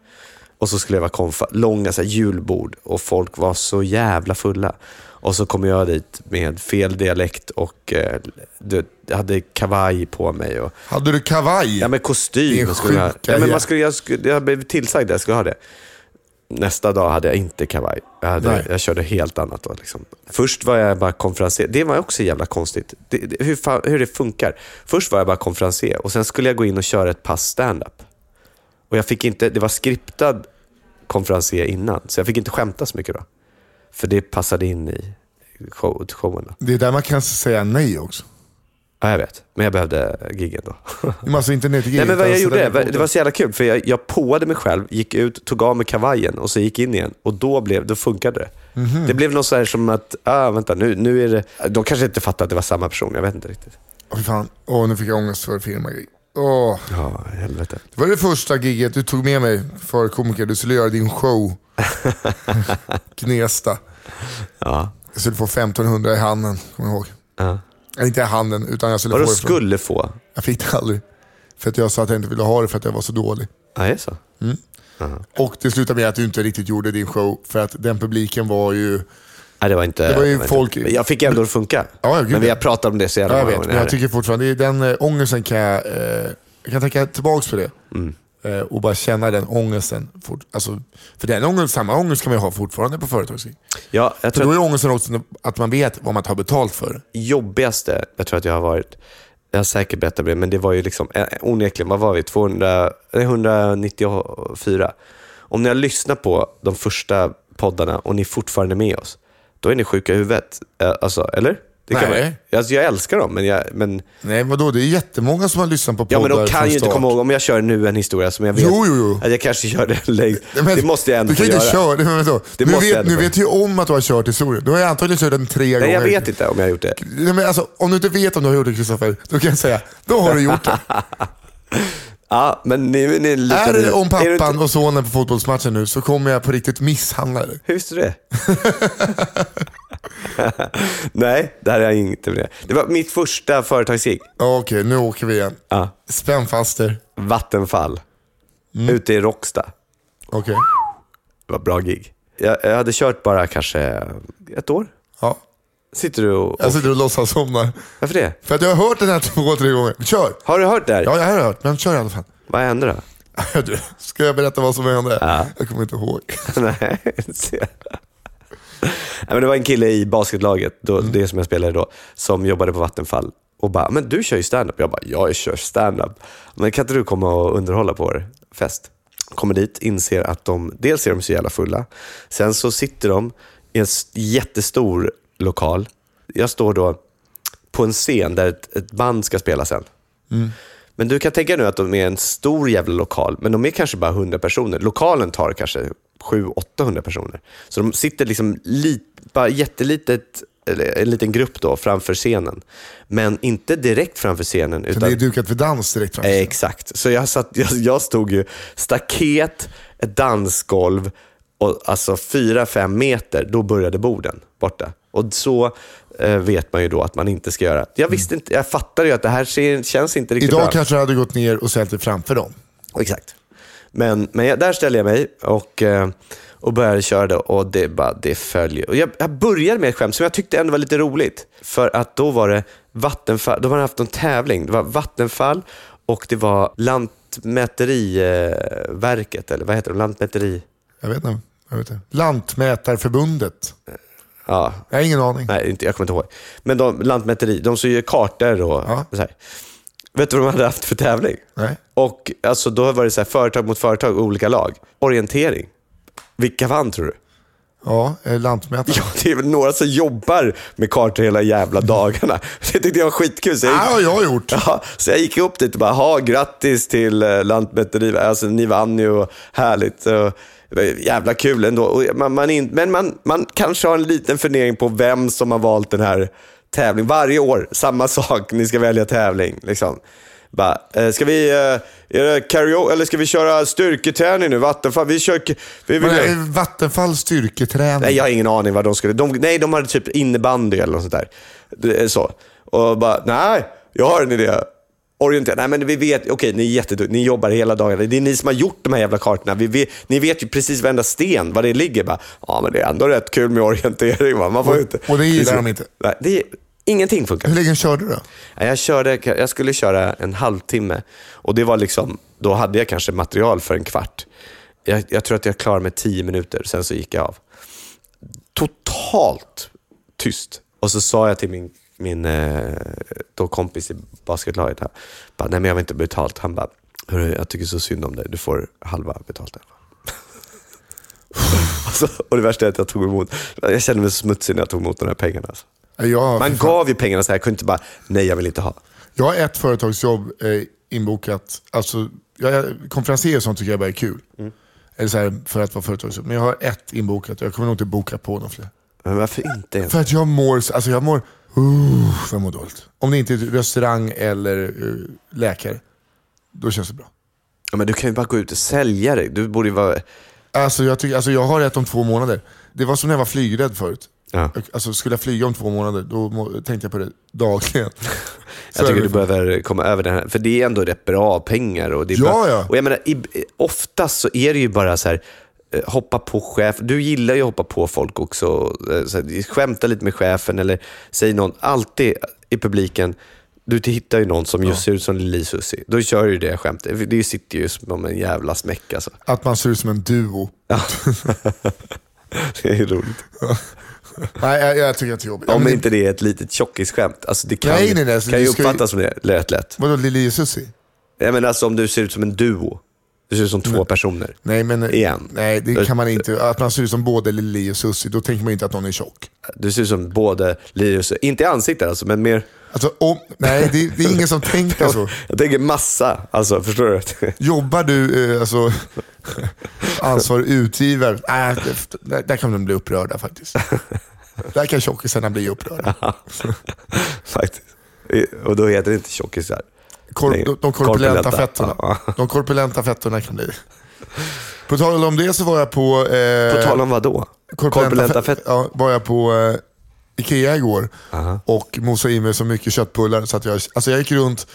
Och så skulle jag vara konfa, långa så här, julbord och folk var så jävla fulla. Och så kom jag dit med fel dialekt och eh, du, vet, jag hade kavaj på mig. Och,
Hade du kavaj?
ja men
Det är
kostym. Jag skulle ha,
sjukt,
ja, men
ja.
man skulle, jag, skulle, jag blev tillsagd att jag skulle ha det. Nästa dag hade jag inte kavaj. Jag, hade,
Nej.
jag körde helt annat. Då, liksom. Först var jag bara konferenser. Det var också jävla konstigt. Det, det, hur, fan, hur det funkar. Först var jag bara konferenser och sen skulle jag gå in och köra ett pass stand-up. Och jag fick inte, det var skriptad konferenser innan, så jag fick inte skämta så mycket då. För det passade in i show, showen. Då.
Det är där man kan säga nej också.
Ja, jag vet. Men jag behövde giggen då. *laughs*
Men Alltså inte ner till
Nej, men vad jag
alltså,
gjorde,
den
var-
är
det var så jävla kul, för jag, jag påade mig själv, gick ut, tog av mig kavajen och så gick in igen. Och då, blev, då funkade det.
Mhm.
Det blev något så här som att, ah, vänta, nu, nu är det... De kanske inte fattade att det var samma person, jag vet inte riktigt.
Åh, fy fan. Åh, nu fick jag ångest för firmagig. Åh.
Ja, helvete.
Det var det första giget du tog med mig för komiker. Du skulle göra din
*laughs*
show. Gnesta.
Ja.
Jag skulle få 1500 i handen, kommer jag ihåg.
Ja.
Eller inte i handen, utan jag skulle
Vadå
få det från-
skulle få?
Jag fick det aldrig. För att jag sa att jag inte ville ha det för att jag var så dålig.
Ja, är det så?
Och det slutade med att du inte riktigt gjorde din show för att den publiken var ju...
Nej, det var inte...
Det var ju
inte-
folk-
Men jag fick ändå det att funka.
Ja, ja, gud,
men vi
ja.
har pratat om det så jävla
Ja, jag
många
vet,
gånger.
men
här.
jag tycker fortfarande, det är den eh, ångesten kan jag, eh, jag kan tänka tillbaka på det.
Mm.
Eh, och bara känna den ångesten. Fort, alltså, för den ångest, samma ångest kan man ju ha fortfarande på företagsgig.
ja, jag
För
tror
då
att
är ångesten också att man vet vad man tar betalt för.
jobbigaste jag tror att jag har varit, jag har säkert berättat om det, men det var ju liksom, eh, onekligen, vad var vi? 200, nej, 194. Om ni har lyssnat på de första poddarna och ni är fortfarande med oss, då är ni sjuka i huvudet. Eh, Alltså, eller? Det kan
Nej.
Man, alltså, jag älskar dem, men, jag, men,
Nej vadå, det är jättemånga som har lyssnat på
ja,
poddar
men de kan
från
ju inte
start.
komma ihåg. Om jag kör nu en historia som jag vet
Jo, jo, jo.
att jag kanske kör den längst.
Nej, men
det måste jag ändå
Du kan
få
ju inte köra. *laughs*
göra.
Nej, men vänta.
Det
nu
måste jag
vet,
ändå
nu
få
vet du ju om att du har kört historien. Du har ju antagligen kört den tre
Nej,
gånger.
jag vet inte om jag har gjort det.
Nej, men alltså, om du inte vet om du har gjort det Kristoffer, då kan jag säga, då har du gjort det.
Ja, men ni, ni
är
lutar-
det om
du inte-
pappan och sonen på fotbollsmatchen nu så kommer jag på riktigt misshandla dig.
Hur visste du det? *laughs* Nej, det här är inget med det. Det var mitt första företagsgig.
Ja, Okej, nu åker vi igen.
Ja.
Spänn fast er.
Vattenfall. Ute i Råcksta.
Okej.
Det var bra gig. Jag, jag hade kört bara kanske ett år.
Ja.
Sitter du och...
Jag sitter och låtsas somna.
Varför det?
För att jag har hört den här *laughs* två, tre gånger. Kör!
Har du hört det här?
Ja, jag har hört, men kör i alla fall. *laughs*
Vad hände då?
Du, Ska jag berätta vad som hände? Jag kommer inte
*laughs*
ihåg.
Nej, se. Nej, men det var en kille i basketlaget, då, det som jag spelade då, som jobbade på Vattenfall och bara, men du kör ju stand-up. Jag bara, jag kör stand-up. Men kan inte du komma och underhålla på vår fest? Kommer dit, inser att de, dels är de så jävla fulla, sen så sitter de i en s- jättestor lokal. Jag står då på en scen där ett, ett band ska spela sen. Men du kan tänka nu att de är en stor jävla lokal, men de är kanske bara 100 personer. Lokalen tar kanske 700-800 personer. Så de sitter liksom li, bara jättelitet, eller en liten grupp då, framför scenen. Men inte direkt framför scenen.
Så
Utan,
det är dukat för dans direkt framför
Eh,
sig.
Exakt. Så jag, satt, jag, jag stod ju staket, ett dansgolv och alltså fyra, fem meter, då började borden borta. Och så eh, vet man ju då att man inte ska göra. Jag visste inte, jag fattade ju att det här ser, känns inte riktigt bra.
Mm. Idag kanske du hade gått ner och ställt dig framför dem.
Exakt. Men, men jag, där ställde jag mig och, eh, och började köra det och det, bara, det följer. Och jag, jag började med ett skämt som jag tyckte ändå var lite roligt. För att då var det Vattenfall, de hade haft en tävling. Det var Vattenfall och det var Lantmäteriverket, eller vad heter det? Lantmäteri...
Jag vet inte. Jag vet inte. Lantmätarförbundet.
Ja,
Jag har ingen aning.
Nej, inte, jag kommer inte ihåg. Men de, Lantmäteri, de syr ju kartor och
Ja.
så här. Vet du vad de hade haft för tävling?
Nej.
Och alltså, då var det så här, företag mot företag, olika lag. Orientering. Vilka vann tror du?
Ja, eh, lantmätare.
Ja, det är väl några som jobbar med kartor hela jävla dagarna. *laughs* Det tyckte jag var skitkul. Så jag,
Det har
gick,
jag gjort.
ja, så jag gick upp dit och bara, ha grattis till eh, Lantmäteriet. Alltså, ni vann ju och härligt. Och, det var jävla kul ändå. Och man, man in, men man, man kanske har en liten fundering på vem som har valt den här tävlingen. Varje år, samma *laughs* sak. Ni ska välja tävling. Liksom. Bara, eh, ska vi eh, göra karaoke eller ska vi köra styrketräning nu? Vattenfall, vi kör... k- Vi vill
Men, eh, Vattenfall styrketräning.
Nej, jag har ingen aning vad de skulle... De, nej, de hade typ innebandy eller något sånt där. Det är Så. Och bara, nej, jag har en idé. Orientera. Nej, men vi vet... Okej, ni är jätteduktiga. Ni jobbar hela dagen. Det är ni som har gjort de här jävla kartorna. Vi vet, ni vet ju precis varenda sten, var det ligger. Bara, ja, men det är ändå rätt kul med orientering. Va? Man får ju inte...
och det gillar de inte.
Nej, det är, ingenting funkar.
Hur länge körde du då?
Nej, Jag, körde, jag skulle köra en halvtimme och det var liksom, då hade jag kanske material för en kvart. Jag, jag tror att jag klarade mig tio minuter, sen så gick jag av. Totalt tyst. Och så sa jag till min, min eh, då kompis i basketlaget, här, bara, nej men jag vill inte betalt. Han bara, "Hörru, jag tycker så synd om dig, du får halva betalt. *laughs* i alla fall." och, så, och det värsta är att jag tog emot, jag kände mig smutsig när jag tog emot de här pengarna. Alltså.
Jag,
Man gav ju pengarna så här, jag kunde inte bara, nej jag vill inte ha.
jag har ett företagsjobb eh, inbokat. Alltså, jag, konferenser och sånt tycker jag bara är kul.
Mm.
Eller så här, för att vara företagsjobb. Men jag har ett inbokat och jag kommer nog inte boka på några fler.
Men varför inte ens?
För att jag mår, så- alltså jag mår, uh, jag mår dåligt. Om det inte är restaurang eller eh, läkare, då känns det bra.
Ja, men du kan ju bara gå ut och sälja dig. Du borde ju vara...
Alltså jag, tycker, alltså jag har rätt om två månader. Det var som när jag var flygrädd förut.
Ja.
Jag- Alltså skulle jag flyga om två månader, då må, tänkte jag på det dagligen. Så
*laughs* Jag
är
tycker
det.
du behöver komma över den här, för det är ändå rätt bra pengar. Och, det är
Ja,
bra.
ja.
och jag menar, i- oftast så är det ju bara så här, eh, hoppa på chef. Du gillar ju att hoppa på folk också. Eh, Så här, skämta lite med chefen eller säg någon, alltid i publiken, du hittar ju någon som just ser ut som Lili Susi. Då kör du det skämtet. Det sitter ju som en jävla smäck alltså.
Att man ser ut som en duo.
*laughs* Det är roligt.
Nej, jag, jag tycker att det är jobbigt.
Om
men
inte det är ett litet tjockisskämt. Alltså det kan,
Nej,
ju-
nej, nej, alltså
kan
det
ju
ska ju-
uppfattas som det, lätt lätt.
Vadå, Lili och Susie?
Jag menar alltså om du ser ut som en duo. Du ser ut som två
Mm.
personer.
Nej, men,
Igen.
nej, det
Du-
kan man inte. Att man ser ut som både Lili och Susie, då tänker man inte att någon är tjock.
Du ser ut som både Lirius, inte i ansiktet alltså, men mer...
Alltså, om, nej, det, det är ingen som tänker så.
*laughs* Jag tänker massa, alltså förstår du? *laughs*
Jobbar du eh, alltså, *laughs* ansvarig utgivare? Nej, det- där, där kan de bli upprörda faktiskt. Där kan tjockisarna bli upprörda.
Faktiskt. Och då heter det inte tjockisar.
Kor,
Nej,
de, de korpulenta
korpulenta.
fettorna.
Ja.
De korpulenta fettorna kan bli det. På tal om det så var jag på... Eh,
På tal om vad då? Korpulenta fett?
Ja, var jag på eh, Ikea igår och mosade i mig så mycket köttbullar så att jag, alltså jag gick runt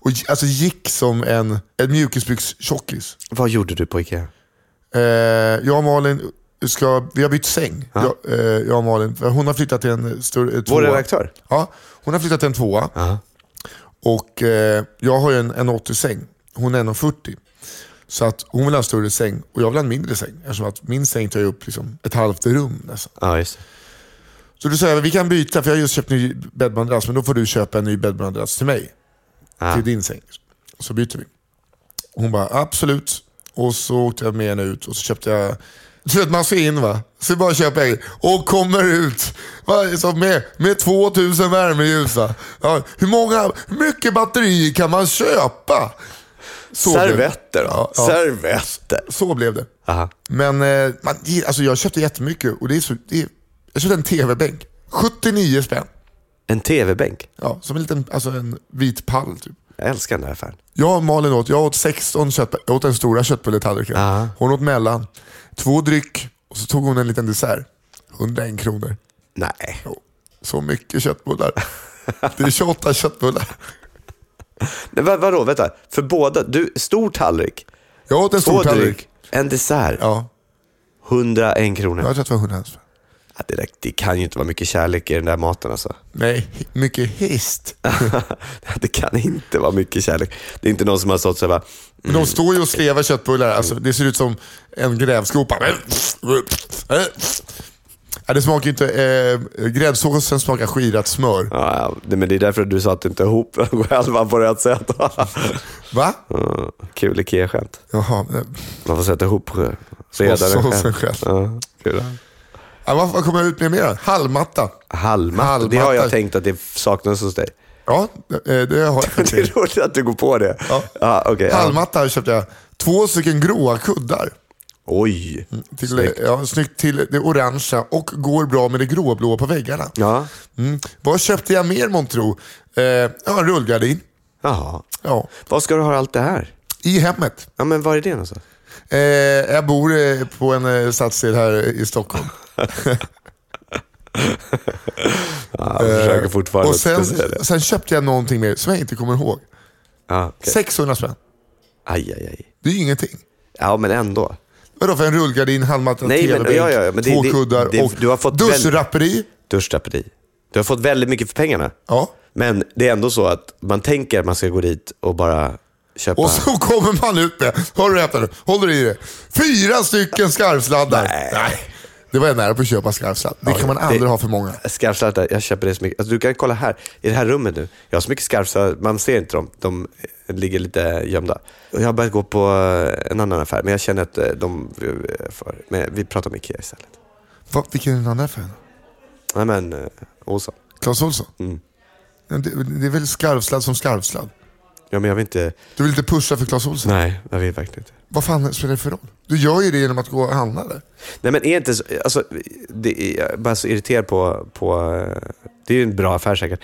och gi- alltså gick som en, en mjukisbyx-tjockis.
Vad gjorde du på Ikea?
Eh, jag och Malin, ska, vi har bytt säng. Jag, eh, jag och Malin, för hon har flyttat till en större eh, tvåa.
Vår redaktör?
Ja, hon har flyttat till en tvåa. Och eh, jag har ju en, en 80-säng. Hon är 1,40. Så att hon vill ha en större säng och jag vill ha en mindre säng. Eftersom att min säng tar ju upp liksom ett halvt rum nästan.
Ja, just det.
Så du säger vi kan byta, för jag har just köpt en ny bäddmadrass, men då får du köpa en ny bäddmadrass till mig. Till din säng. Så byter vi. Hon bara, absolut. Och så åkte jag med henne ut och så köpte jag, du vet man ska in va? Så bara köpa en och kommer ut va? Så med, med 2000 värmeljus va? Ja, hur många, hur mycket batterier kan man köpa? Så blev-
Servetter.
Ja, ja.
Servetter.
Så blev det.
Aha.
Men eh, man, alltså jag köpte jättemycket och det är så, det är, jag köpte en tv-bänk. 79 spänn.
En tv-bänk.
Ja, som en liten alltså en vit pall typ.
Jag älskar den här affären.
Jag och Malin åt, jag åt 16 köttbullar, jag åt den stora köttbulletallriken.
Ja.
Hon åt mellan, två dryck och så tog hon en liten dessert. 101 kronor.
Nej.
Jo, Så mycket
*laughs*
köttbullar. Det är 28 köttbullar.
Men vad, vadå, vänta. För båda, du, stor tallrik,
Jag åt en
två
stor tallrik.
dryck, en dessert,
Ja,
101 kronor.
jag tror att det var 100 spänn.
Ja, det, där, det kan ju inte vara mycket kärlek i den där maten alltså. *laughs*
Nej, mycket hist.
det kan inte vara mycket kärlek. Det är inte någon som har stått så här, va,
Men
Mm.
de står ju och slevar köttbullar. Alltså, det ser ut som en grävskopa. Nej, eh, det smakar ju inte... Eh, gräddsåsen smakar skirat smör.
Ja, ja, det- men det är därför du satte inte ihop *laughs* själva på rätt sätt. *laughs*
Va?
Mm, Kul Ikea-skämt.
Jaha. eh,
Man får sätta ihop sk- redare
såsen själv.
Ja, kul.
Ja, vad, vad kommer jag ut med mer? Halmmatta.
Halmmatta. Det
Halmmatta.
har jag tänkt att det saknas hos dig. *laughs*
Ja, eh, det har jag.
Det är roligt att du går på det.
Ja.
Ja, okej, *laughs* ja.
Halmmatta köpte jag. Två stycken gråa kuddar.
Oj.
Till,
Snyggt.
Ja, snyggt till det orangea och går bra med det gråblå på väggarna.
Ja.
Mm. Vad köpte jag mer månntro? Eh, ja, en rullgardin.
Jaha.
Ja.
Var ska du ha allt det här?
I hemmet.
Ja, men var är det någonstans?
Eh, jag bor eh, på en eh, stadsdel här i Stockholm.
Ja, jag försöker fortfarande
Eh, och sen,
att du ska säga det.
sen köpte jag någonting mer som jag inte kommer ihåg.
Ja, okej.
600 spänn.
Aj, aj, aj.
Det är ju ingenting.
Ja, men ändå.
Vadå för en rullgardin, halmmatta,
Nej, men-
telebänk,
ja, ja, ja, men det-
två
det-
kuddar
det-
och
du har fått väl-
duschdraperi.
Duschdraperi. Du har fått väldigt mycket för pengarna.
Ja.
Men det är ändå så att man tänker att man ska gå dit och bara köpa...
Och så *laughs* kommer man ut med, hör du efter nu, håller du i det. Fyra stycken skarvsladdar.
Nej.
Det var jag nära på att köpa skarvsladd. Det kan man aldrig ha för många.
Skarvslattar, jag köper det så mycket. Alltså, du kan kolla här, i det här rummet nu. Jag har så mycket skarvslattar, man ser inte dem. De eh, ligger lite gömda. Och Jag har börjat gå på eh, en annan affär, men jag känner att eh, de... eh, För, men vi pratar om Ikea istället.
Va, vilken är den andra affären?
Nej men, eh, Olsson.
Clas Ohlson?
Mm.
Men Det, det är väl skarvsladd som skarvsladd?
Ja men jag vill inte...
Du vill inte pusha för Clas Ohlson?
Nej, jag vill verkligen inte.
Vad fan spelar det för roll? Du gör ju det genom att gå och handla där.
Nej men är inte så, alltså, det är, jag är bara så irriterad på, på, eh, det är ju en bra affär säkert,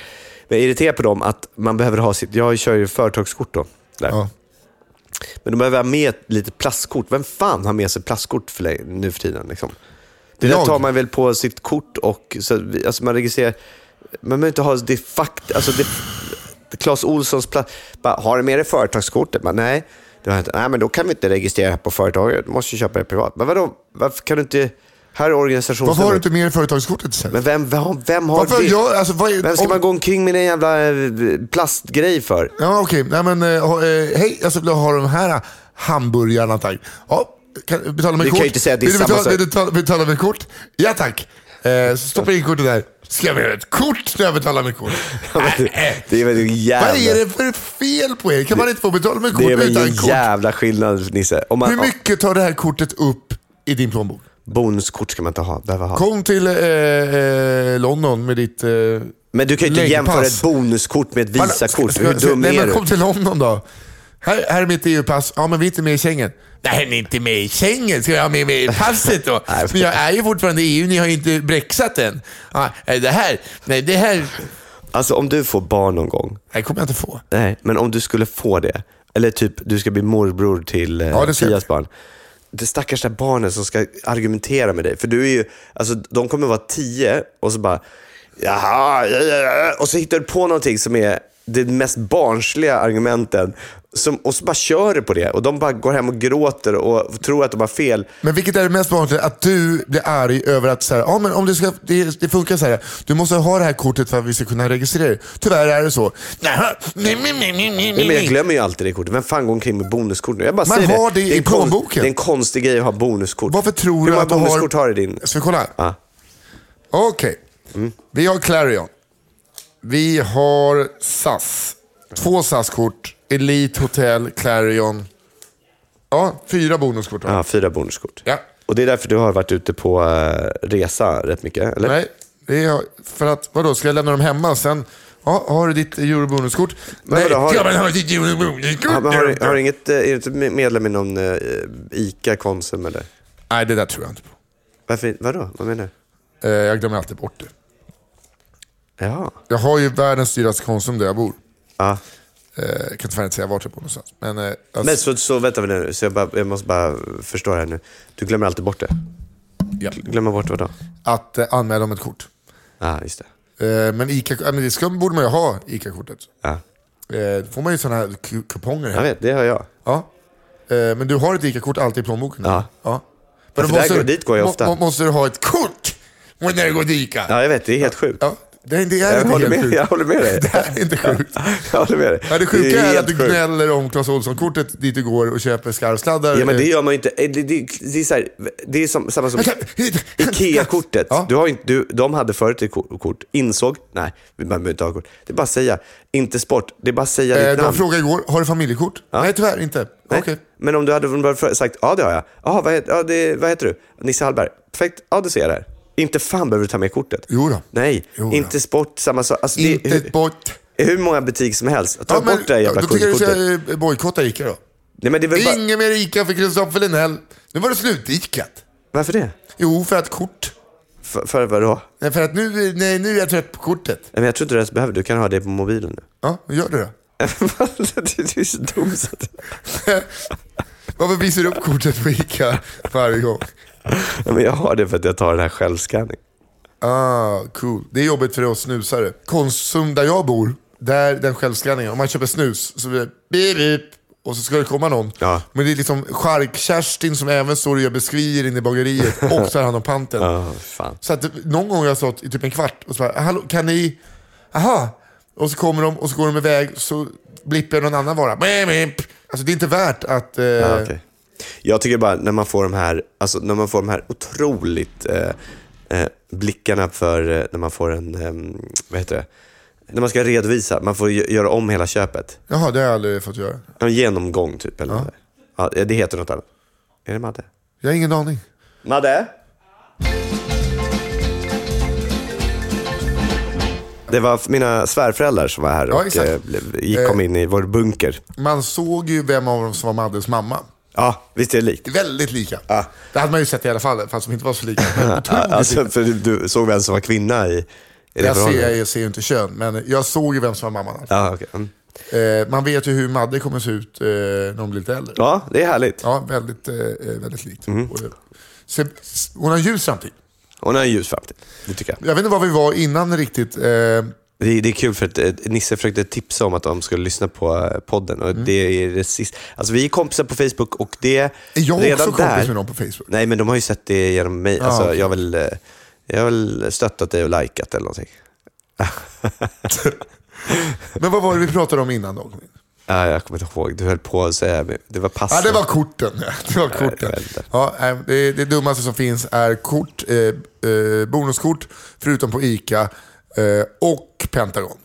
men jag är irriterad på dem att man behöver ha sitt, jag kör ju företagskort då, där.
Ja.
men de behöver ha med ett litet plastkort. Vem fan har med sig plastkort för lä- nu för tiden? Liksom? Det där
Jag.
tar man väl på sitt kort och så, vi- alltså man registrerar, man behöver inte ha det fakt, alltså det, Claes Olssons plats. Bara, har du med dig företagskortet? Bara, nej. Det har jag inte. Nej, men då kan vi inte registrera här på företaget. Du måste ju köpa det privat. Men vadå? Varför kan du inte... Här är
Varför har du
organisationsnumret.
inte med dig företagskortet sen?
Men vem, vem, vem har
Varför
det?
gör, alltså, vad är,
Vem ska
om-
man gå omkring med en jävla eh, plastgrej för?
Ja, okej. Nej, men eh, ha- eh, hej, jag skulle vilja ha de här eh, hamburgarna tack. Ja, kan, betala med
Du
kort.
kan ju inte säga att det är
vill du
samma
betala,
sak.
Vill du betala, betala med kort? Ja tack. Eh, så stoppar jag in kortet där. Ska jag med ett kort när jag betalar med kort? Nej.
*laughs* Det är väl en jävla...
Äh, Vad är det för fel på er? Kan man inte få betala med kort
Det är väl
utan
en
kort?
jävla skillnad Nisse. Om man,
Hur mycket tar det här kortet upp i din plånbok?
Bonuskort ska man inte ha, behöva ha.
Kom till eh, eh, London med ditt... Eh,
Men du kan ju inte
läggpass.
jämföra ett bonuskort med ett
Man-
visakort.
ska-
Hur
ska-
dum
nej,
är
men
du?
Kom till London då. Här, här är mitt EU-pass. Ja, men vi är inte med i Schengen. Nej, ni är inte med i Schengen. Ska jag ha med mig i passet då?
*laughs* Nej, men-
men jag är ju fortfarande i EU. Ni har ju inte brexat än. Ja, nej, det här, nej, det här,
Alltså om du får barn någon gång.
nej, kommer jag inte få.
Nej, men om du skulle få det. Eller typ, du ska bli morbror till eh,
Ja, det ska jag.
Fias barn. Det stackars där barnen som ska argumentera med dig. För du är ju, alltså de kommer vara tio och så bara, jaha, ja, ja, ja." och så hittar du på någonting som är det mest barnsliga argumenten. Som, och så bara kör du på det och de bara går hem och gråter och tror att de har fel.
Men vilket är det mest vanliga? Att du blir arg över att så här, ja, men om det, ska, det, det funkar så här. Du måste ha det här kortet för att vi ska kunna registrera dig. Tyvärr är det så. Nähä, Nej, nej, nej, nej, nej,
Nej, men jag
nej.
glömmer ju alltid det kortet. Vem fan går omkring med bonuskort nu? Jag bara
Man
säger
har det
är
i
en
plånboken.
det är en konstig grej att ha bonuskort.
Varför tror
Hur
du
många
att du har...
bonuskort har du i din...
Ska vi kolla?
Ja.
Okej. Vi har Clarion. Vi har SAS. Två SAS-kort. Elite Hotel, Clarion. Ja, fyra bonuskort. har vi.
Ja, fyra bonuskort.
Ja.
Och det är därför du har varit ute på eh, resa rätt mycket, eller?
Nej, det är för att, vadå, ska jag lämna dem hemma sen? Ja, har du ditt eurobonuskort? Nej,
vadå, har
ja,
du-
men har du ditt eurobonuskort?
Ja, men har, du- har du inget, eh, är du inte medlem i någon eh, ICA, Konsum eller?
Nej, det där tror jag inte på.
Varför, vadå? Vad menar du?
Eh, Jag glömmer alltid bort det.
Ja.
Jag har ju världens dyraste Konsum där jag bor.
ja.
Eh, Jag kan tyvärr inte säga vart jag bor någonstans. Men, eh, alltså,
Men så, så vänta väl nu, så jag, bara, jag måste bara förstå det här nu. Du glömmer alltid bort det?
Ja.
Glömmer bort vadå?
att eh, anmäla om ett kort.
Ja, just det.
Eh, Men, Ica, ja, men det ska, borde man ju ha, ICA-kortet.
Ja.
Eh, Då får man ju sådana här ku- kuponger.
Jag
Här.
vet, det har jag.
Ja. Eh, Men du har ett ICA-kort alltid i plånboken?
Ja.
ja. Men då
där går- dit går jag
må-
ofta.
må- måste du ha ett kort när du går till ICA?
Ja, jag vet. Det är helt sjukt.
Ja, Det, det
Jag
är inte
håller
helt
med,
sjukt.
jag håller med
*laughs*
dig.
Det är inte sjukt.
Jag håller med dig.
Ja, det sjuka är,
helt
att du
sjukt.
gnäller om Clas Ohlson-kortet dit du går och köper skarvsladdar.
Ja men det gör man ju inte. Eh, Det, det, det är, så här, det är som, samma som IKEA-kortet.
Ja.
Du har ju inte, du, de hade förut ett ko- kort, insåg, nej, man behöver inte ha kort. Det är bara att säga, inte sport, det är bara att säga
Eh,
ditt
De
namn.
frågade igår, har du familjekort? Nej, tyvärr inte. Okej.
Nej. Men om du hade från början för- sagt, ja det har jag. Jaha, vad, heter, ja, det, vad heter du? Nisse Hallberg. Perfekt, ja du ser jag det här. Inte fan behöver du ta med kortet.
Jo då.
Nej,
Jo då.
inte sport, samma sak. Alltså, det,
Inte
hur,
ett bort.
hur många butiker som helst. Ta
Ja, men
bort det här jävla
då tycker jag du
skitkortet.
ska eh, bojkotta ICA då.
Nej, men det är väl bara...
Inget mer ICA för Kristoffer Linell. Nu var det slut ICAt.
Varför det?
Jo, för att kort.
För, för vadå?
Nej, för att nu, nej, nu är jag trött på kortet.
Nej, Men jag tror inte du ens behöver, du kan ha det på mobilen nu.
Ja, gör du det.
*laughs* du är så dum så att...
Varför visar du upp kortet på ICA varje gång?
Nej, men jag har det för att jag tar den här självscanning.
Ah, cool. Det är jobbigt för oss snusare. Konsum där jag bor, där den självskanningen, om man köper snus så blir det beep, beep, och så ska det komma någon.
Ja.
Men det är liksom Chark-Kerstin som även står och gör biskvier inne i bageriet och tar hand om panten.
Ja, fan.
Så att det- någon gång har jag stått i typ en kvart och så bara, hallå, kan ni, aha. Och så kommer de och så går de iväg så blippar jag någon annan vara. Beep, beep. Alltså det är inte värt att... Eh,
Ja, okej. Jag tycker bara när man får de här, alltså, när man får de här otroligt eh, eh, blickarna för eh, när man får en, eh, vad heter det? När man ska redovisa, man får gö- göra om hela köpet.
Jaha, det har jag aldrig fått göra.
En genomgång typ. Eller ja. Ja, det heter något annat. Är det Madde?
Jag har ingen aning.
Madde? Det var mina svärföräldrar som var här
Ja,
och
exakt.
eh, blev- gick- kom in i vår bunker.
Man såg ju vem av dem som var Maddes mamma.
Ja, visst är det likt?
Det är Väldigt lika. Det hade man ju sett i alla fall, fast de inte var så
*laughs*
lika. Men otroligt
Ah. Ja,
lika.
Alltså, för du, du såg vem som var kvinna i, i det
Jag
förhållandet?
ser, jag ser ju inte kön, men jag såg ju vem som var mamman.
Ja, okej. Mm.
Eh, man vet ju hur Madde kommer se ut eh, när hon blir lite äldre. Ja,
ja, Mhm. det är härligt.
väldigt, eh, eh, väldigt likt. Och, eh, se, s- hon har en ljus framtid.
Hon har en ljus framtid, det tycker jag.
Jag vet inte var vi var innan riktigt. Eh,
Det, är- det är kul för att eh, Nisse försökte tipsa om att de skulle lyssna på eh, podden. Och det är det sista. Alltså, vi är kompisar på Facebook och det... Är
Mm. jag
redan
också kompis
där,
med någon på Facebook?
Nej, men de har ju sett det genom mig. Alltså,
okej.
jag, har väl, eh, jag har väl stöttat dig och likat eller någonting.
men vad var det vi pratade om innan då?
Ja, jag kommer inte ihåg, du höll på att säga... Det var
Ja,
passivt.
det var korten. Ja, Det, var
Alltså. jag
korten.
vet inte.
Ja, nej, det, det dummaste som finns är kort, eh, eh, bonuskort, förutom på ICA, eh, och Pentagon.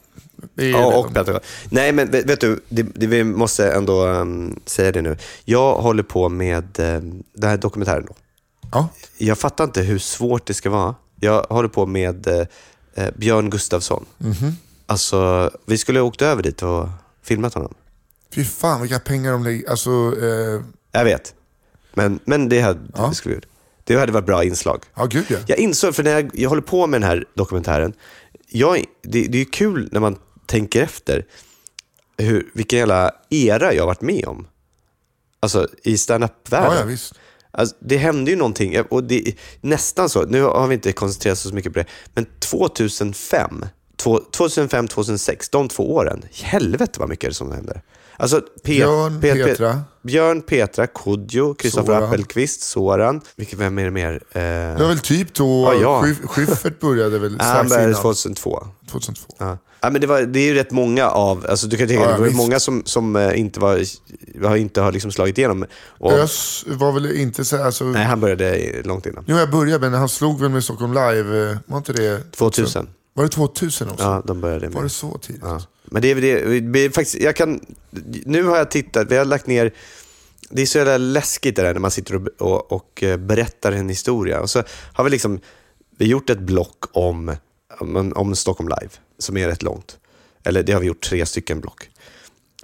Det är
Ja,
det
och
de-
Petra. Nej, men vet, vet du, det, det, vi måste ändå ehm, säga det nu. Jag håller på med um, den här dokumentären. Då.
Ja.
Jag fattar inte hur svårt det ska vara. Jag håller på med eh, eh, Björn Gustafsson.
Mhm.
Alltså, vi skulle ha åkt över dit och filmat honom.
Fy fan vilka pengar de lägger. Alltså, eh,
Jag vet. Men, men det, hade,
Ja.
det skulle vi gjort. Det hade varit bra inslag.
ja gud ja.
Jag insåg, för när jag, jag håller på med den här dokumentären, jag, det, det är ju kul när man tänker efter hur, vilken jävla era jag har varit med om. Alltså i
Ja, ja
standup-världen.
visst.
alltså, det hände ju någonting, och det, nästan så, nu har vi inte koncentrerat oss så mycket på det, men 2005, två- 2005, 2006, de två åren, helvete vad mycket som hände. Alltså, Pe-
Björn,
Pe- Pe-
Petra.
Björn, Petra, Kodjo, Kristoffer
Soran.
Appelqvist, Soran. Vilka, vem är det mer? Eh,
Det var väl typ då
Ja, ja.
Schyf- Schyffert började väl
Ja, Han
strax
började
innan.
2002.
2002.
Ja. Ja, men det, var, det är ju rätt många av, alltså du kan tänka
Ja,
dig,
ja,
det var ju
visst.
många som, som eh, inte, var, har inte har liksom slagit igenom. Och,
Ös var väl inte så... Alltså,
nej, han började i- långt innan.
nu har jag börjat, men han slog väl med Stockholm Live, eh, var inte det...
2000.
Var det 2000 också?
Ja, de började
Var
med.
det så tidigt?
Ja. Men det är det, är- det är faktiskt, jag kan, nu har jag tittat, vi har lagt ner, det är så jävla läskigt det där när man sitter och, och, och eh, berättar en historia. Och så har vi liksom, vi har gjort ett block om, om, om Stockholm Live, som är rätt långt. Eller det har vi gjort tre stycken block.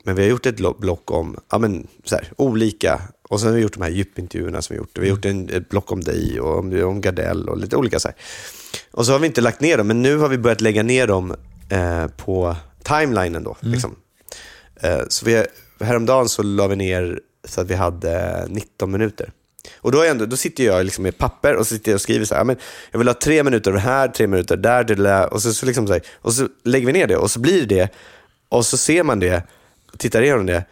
Men vi har gjort ett lo- block om ja, men, så här, olika, och sen har vi gjort de här djupintervjuerna som vi har gjort. Vi har gjort en, ett block om dig och om, om Gardell och lite olika. Så här. Och så har vi inte lagt ner dem, men nu har vi börjat lägga ner dem eh, på timelinen. Då, liksom. eh, så vi, häromdagen så la vi ner så att vi hade 19 minuter. Och då, är jag ändå, då sitter jag liksom med papper och, så sitter jag och skriver så här, "Ja, men jag vill ha tre minuter av det här, tre minuter där, där, där. Och, så, så liksom så här, och så lägger vi ner det och så blir det, och så ser man det, tittar igenom det.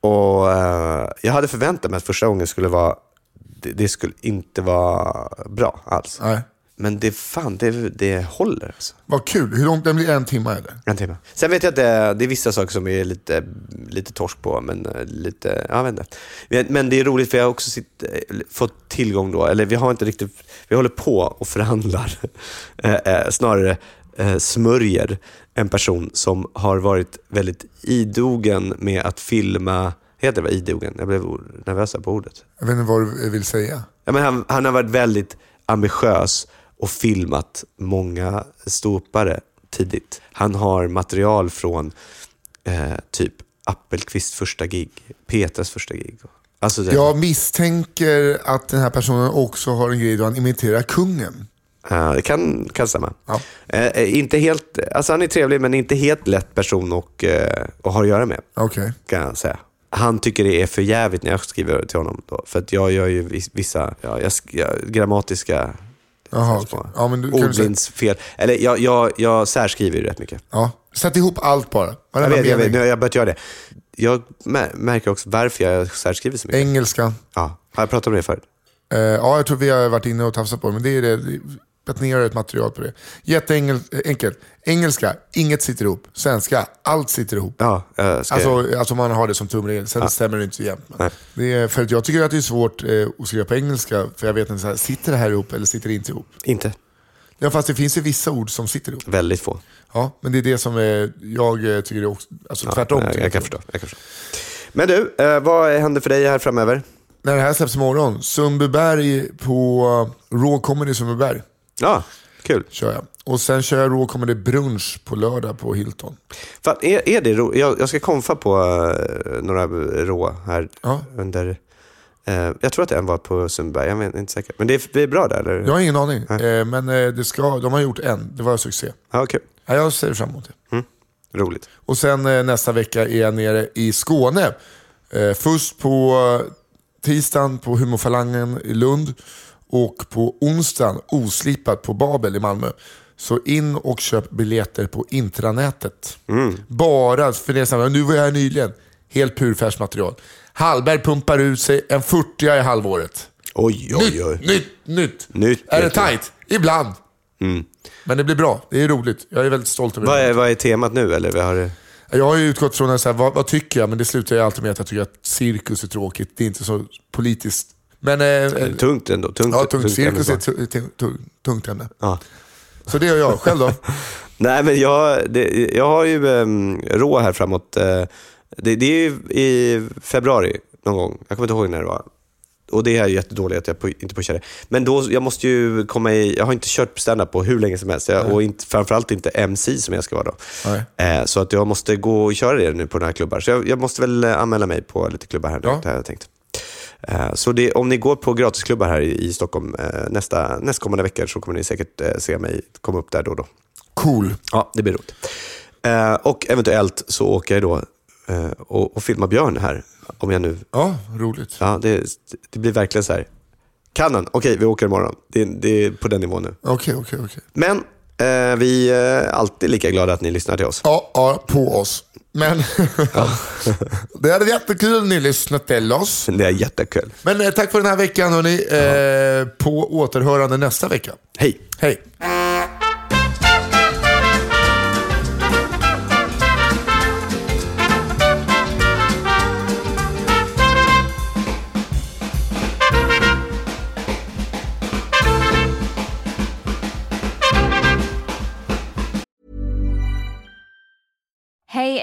Och eh, Jag hade förväntat mig att första gången skulle vara, det, det skulle inte vara bra alls.
Nej.
Men det, fan, det, det håller alltså.
Vad kul. Hur långt? Den blir en timme eller?
En timme. Sen vet jag att det, det är vissa saker som är lite, lite torsk på, men eh, lite, ja, jag vet inte. Men- Men det är roligt för jag har också sitt, eh, fått tillgång då, eller vi har inte riktigt, vi håller på och förhandlar, *laughs* eh, eh, snarare eh, smörjer en person som har varit väldigt idogen med att filma, heter det vad, idogen? Jag blev o- nervös här på ordet.
Jag vet inte vad du vill säga.
Ja, men han, han har varit väldigt ambitiös och filmat många ståuppare tidigt. Han har material från eh, typ Appelqvists första gig, Petras första gig. Alltså det,
Jag misstänker att den här personen också har en grej då han imiterar kungen.
eh, det kan, kan stämma.
Ja.
Eh, eh, inte helt, alltså han är trevlig men inte helt lätt person att, eh, att ha att göra med.
Okej.
kan jag säga. Han tycker det är för jävligt när jag skriver till honom. Då, för att jag gör ju vis- vissa ja, jag, sk- jag, grammatiska
Jaha,
små
okej. Ja, men du- kan du säga-
ordvindsfel. Eller jag, jag, jag särskriver ju rätt mycket.
Ja. Sätt ihop allt bara.
Jag
Varenda
vet, jag vet, nu
mening.
har jag börjat göra det. Jag mär- märker också varför jag särskriver så mycket.
Engelska.
Ja, har jag pratat om det förut?
Eh, ja, jag tror vi har varit inne och tafsat på det, men det är det. Bettner har ett material på det. Jätteenkelt. Engelska, inget sitter ihop. Svenska, allt sitter ihop.
Ja, jag ska göra det.
Alltså, alltså man har det som tumregel, sen stämmer det inte så jämt. Men
Nej.
det är, för att jag tycker att det är svårt eh, att skriva på engelska, för jag vet inte, så här, sitter det här ihop eller sitter det inte ihop?
Inte.
Ja, fast det finns ju vissa ord som sitter ihop.
Väldigt få.
Ja, men det är det som eh, jag eh, tycker är också, alltså tvärtom.
jag,
tycker
jag, kan förstå, jag kan förstå. Men du, eh, vad händer för dig här framöver?
När det här släpps imorgon, Sundbyberg på eh, Raw Comedy Sundbyberg
Ja, kul.
kör jag. Och sen kör jag Raw Comedy Brunch på lördag på Hilton.
Fan, är, är det ro? Jag, jag ska konfa på eh, några rå här
Ja.
under... eh, jag tror att en var på Sundberg, jag är inte säker. Men det är, det är bra där, eller?
Jag har ingen aning, eh, men eh, det ska, de har gjort en. Det var en succé.
Ja, kul.
Ja, jag ser fram emot det.
Roligt.
Och sen eh, nästa vecka är jag nere i Skåne. Eh, först på eh, tisdagen på Humorfalangen i Lund och på onsdagen oslipat på Babel i Malmö. Så in och köp biljetter på intranätet.
Mm.
Bara för det samma. Nu var jag här nyligen. Helt purfärskt material. Hallberg pumpar ut sig en 40 i halvåret.
Oj, oj, oj.
Nytt, nytt, nytt.
Nytt,
är det
vet du.
tajt? Ibland. Men det blir bra. Det är roligt. Jag är väldigt stolt över
Vad
det.
är, vad är temat nu, eller? Vi har, eh, det-
Jag har ju utgått från en så här, vad, vad tycker jag? Men det slutar ju alltid med att jag tycker att cirkus är tråkigt. Det är inte så politiskt. Men eh, eh,
tungt ändå. Tungt,
ja, tungt. Cirkus är
ämne.
ett tu- tu- tu- tungt ämne.
Ja.
Så det gör jag. Själv då?
Nej, men jag, det, jag har ju um, rå här framåt. eh, det, det är ju i februari någon gång. Jag kommer inte ihåg när det var. Och det är ju jättedåligt att jag pu- inte pushar det. Men då, jag måste ju komma i... Jag har inte kört stand-up på hur länge som helst. Jag, och inte, framförallt inte MC som jag ska vara då. Eh, så att jag måste gå och köra det nu på några klubbar. Så jag, jag måste väl eh, anmäla mig på lite klubbar här nu,
Ja.
det har jag tänkt. Eh, Så det, om ni går på gratisklubbar här i i Stockholm eh, nästa, nästkommande vecka så kommer ni säkert eh, se mig komma upp där då och då.
Cool.
Ja, det blir roligt. Eh, och eventuellt så åker jag då eh, och, och filmar Björn här. Om jag nu...
Ja, roligt.
Ja, det, det blir verkligen så här. Kan han? Okej, vi åker imorgon. Det, det är på den nivån nu.
Okej, okej, okej.
Men eh, vi är alltid lika glada att ni lyssnar till oss.
Ja, ja, på oss. Men *laughs* det hade varit jättekul ni lyssnat till oss.
Det är jättekul.
Men eh, tack för den här veckan hörni. Eh, på återhörande nästa vecka.
Hej!
Hej.
Hey,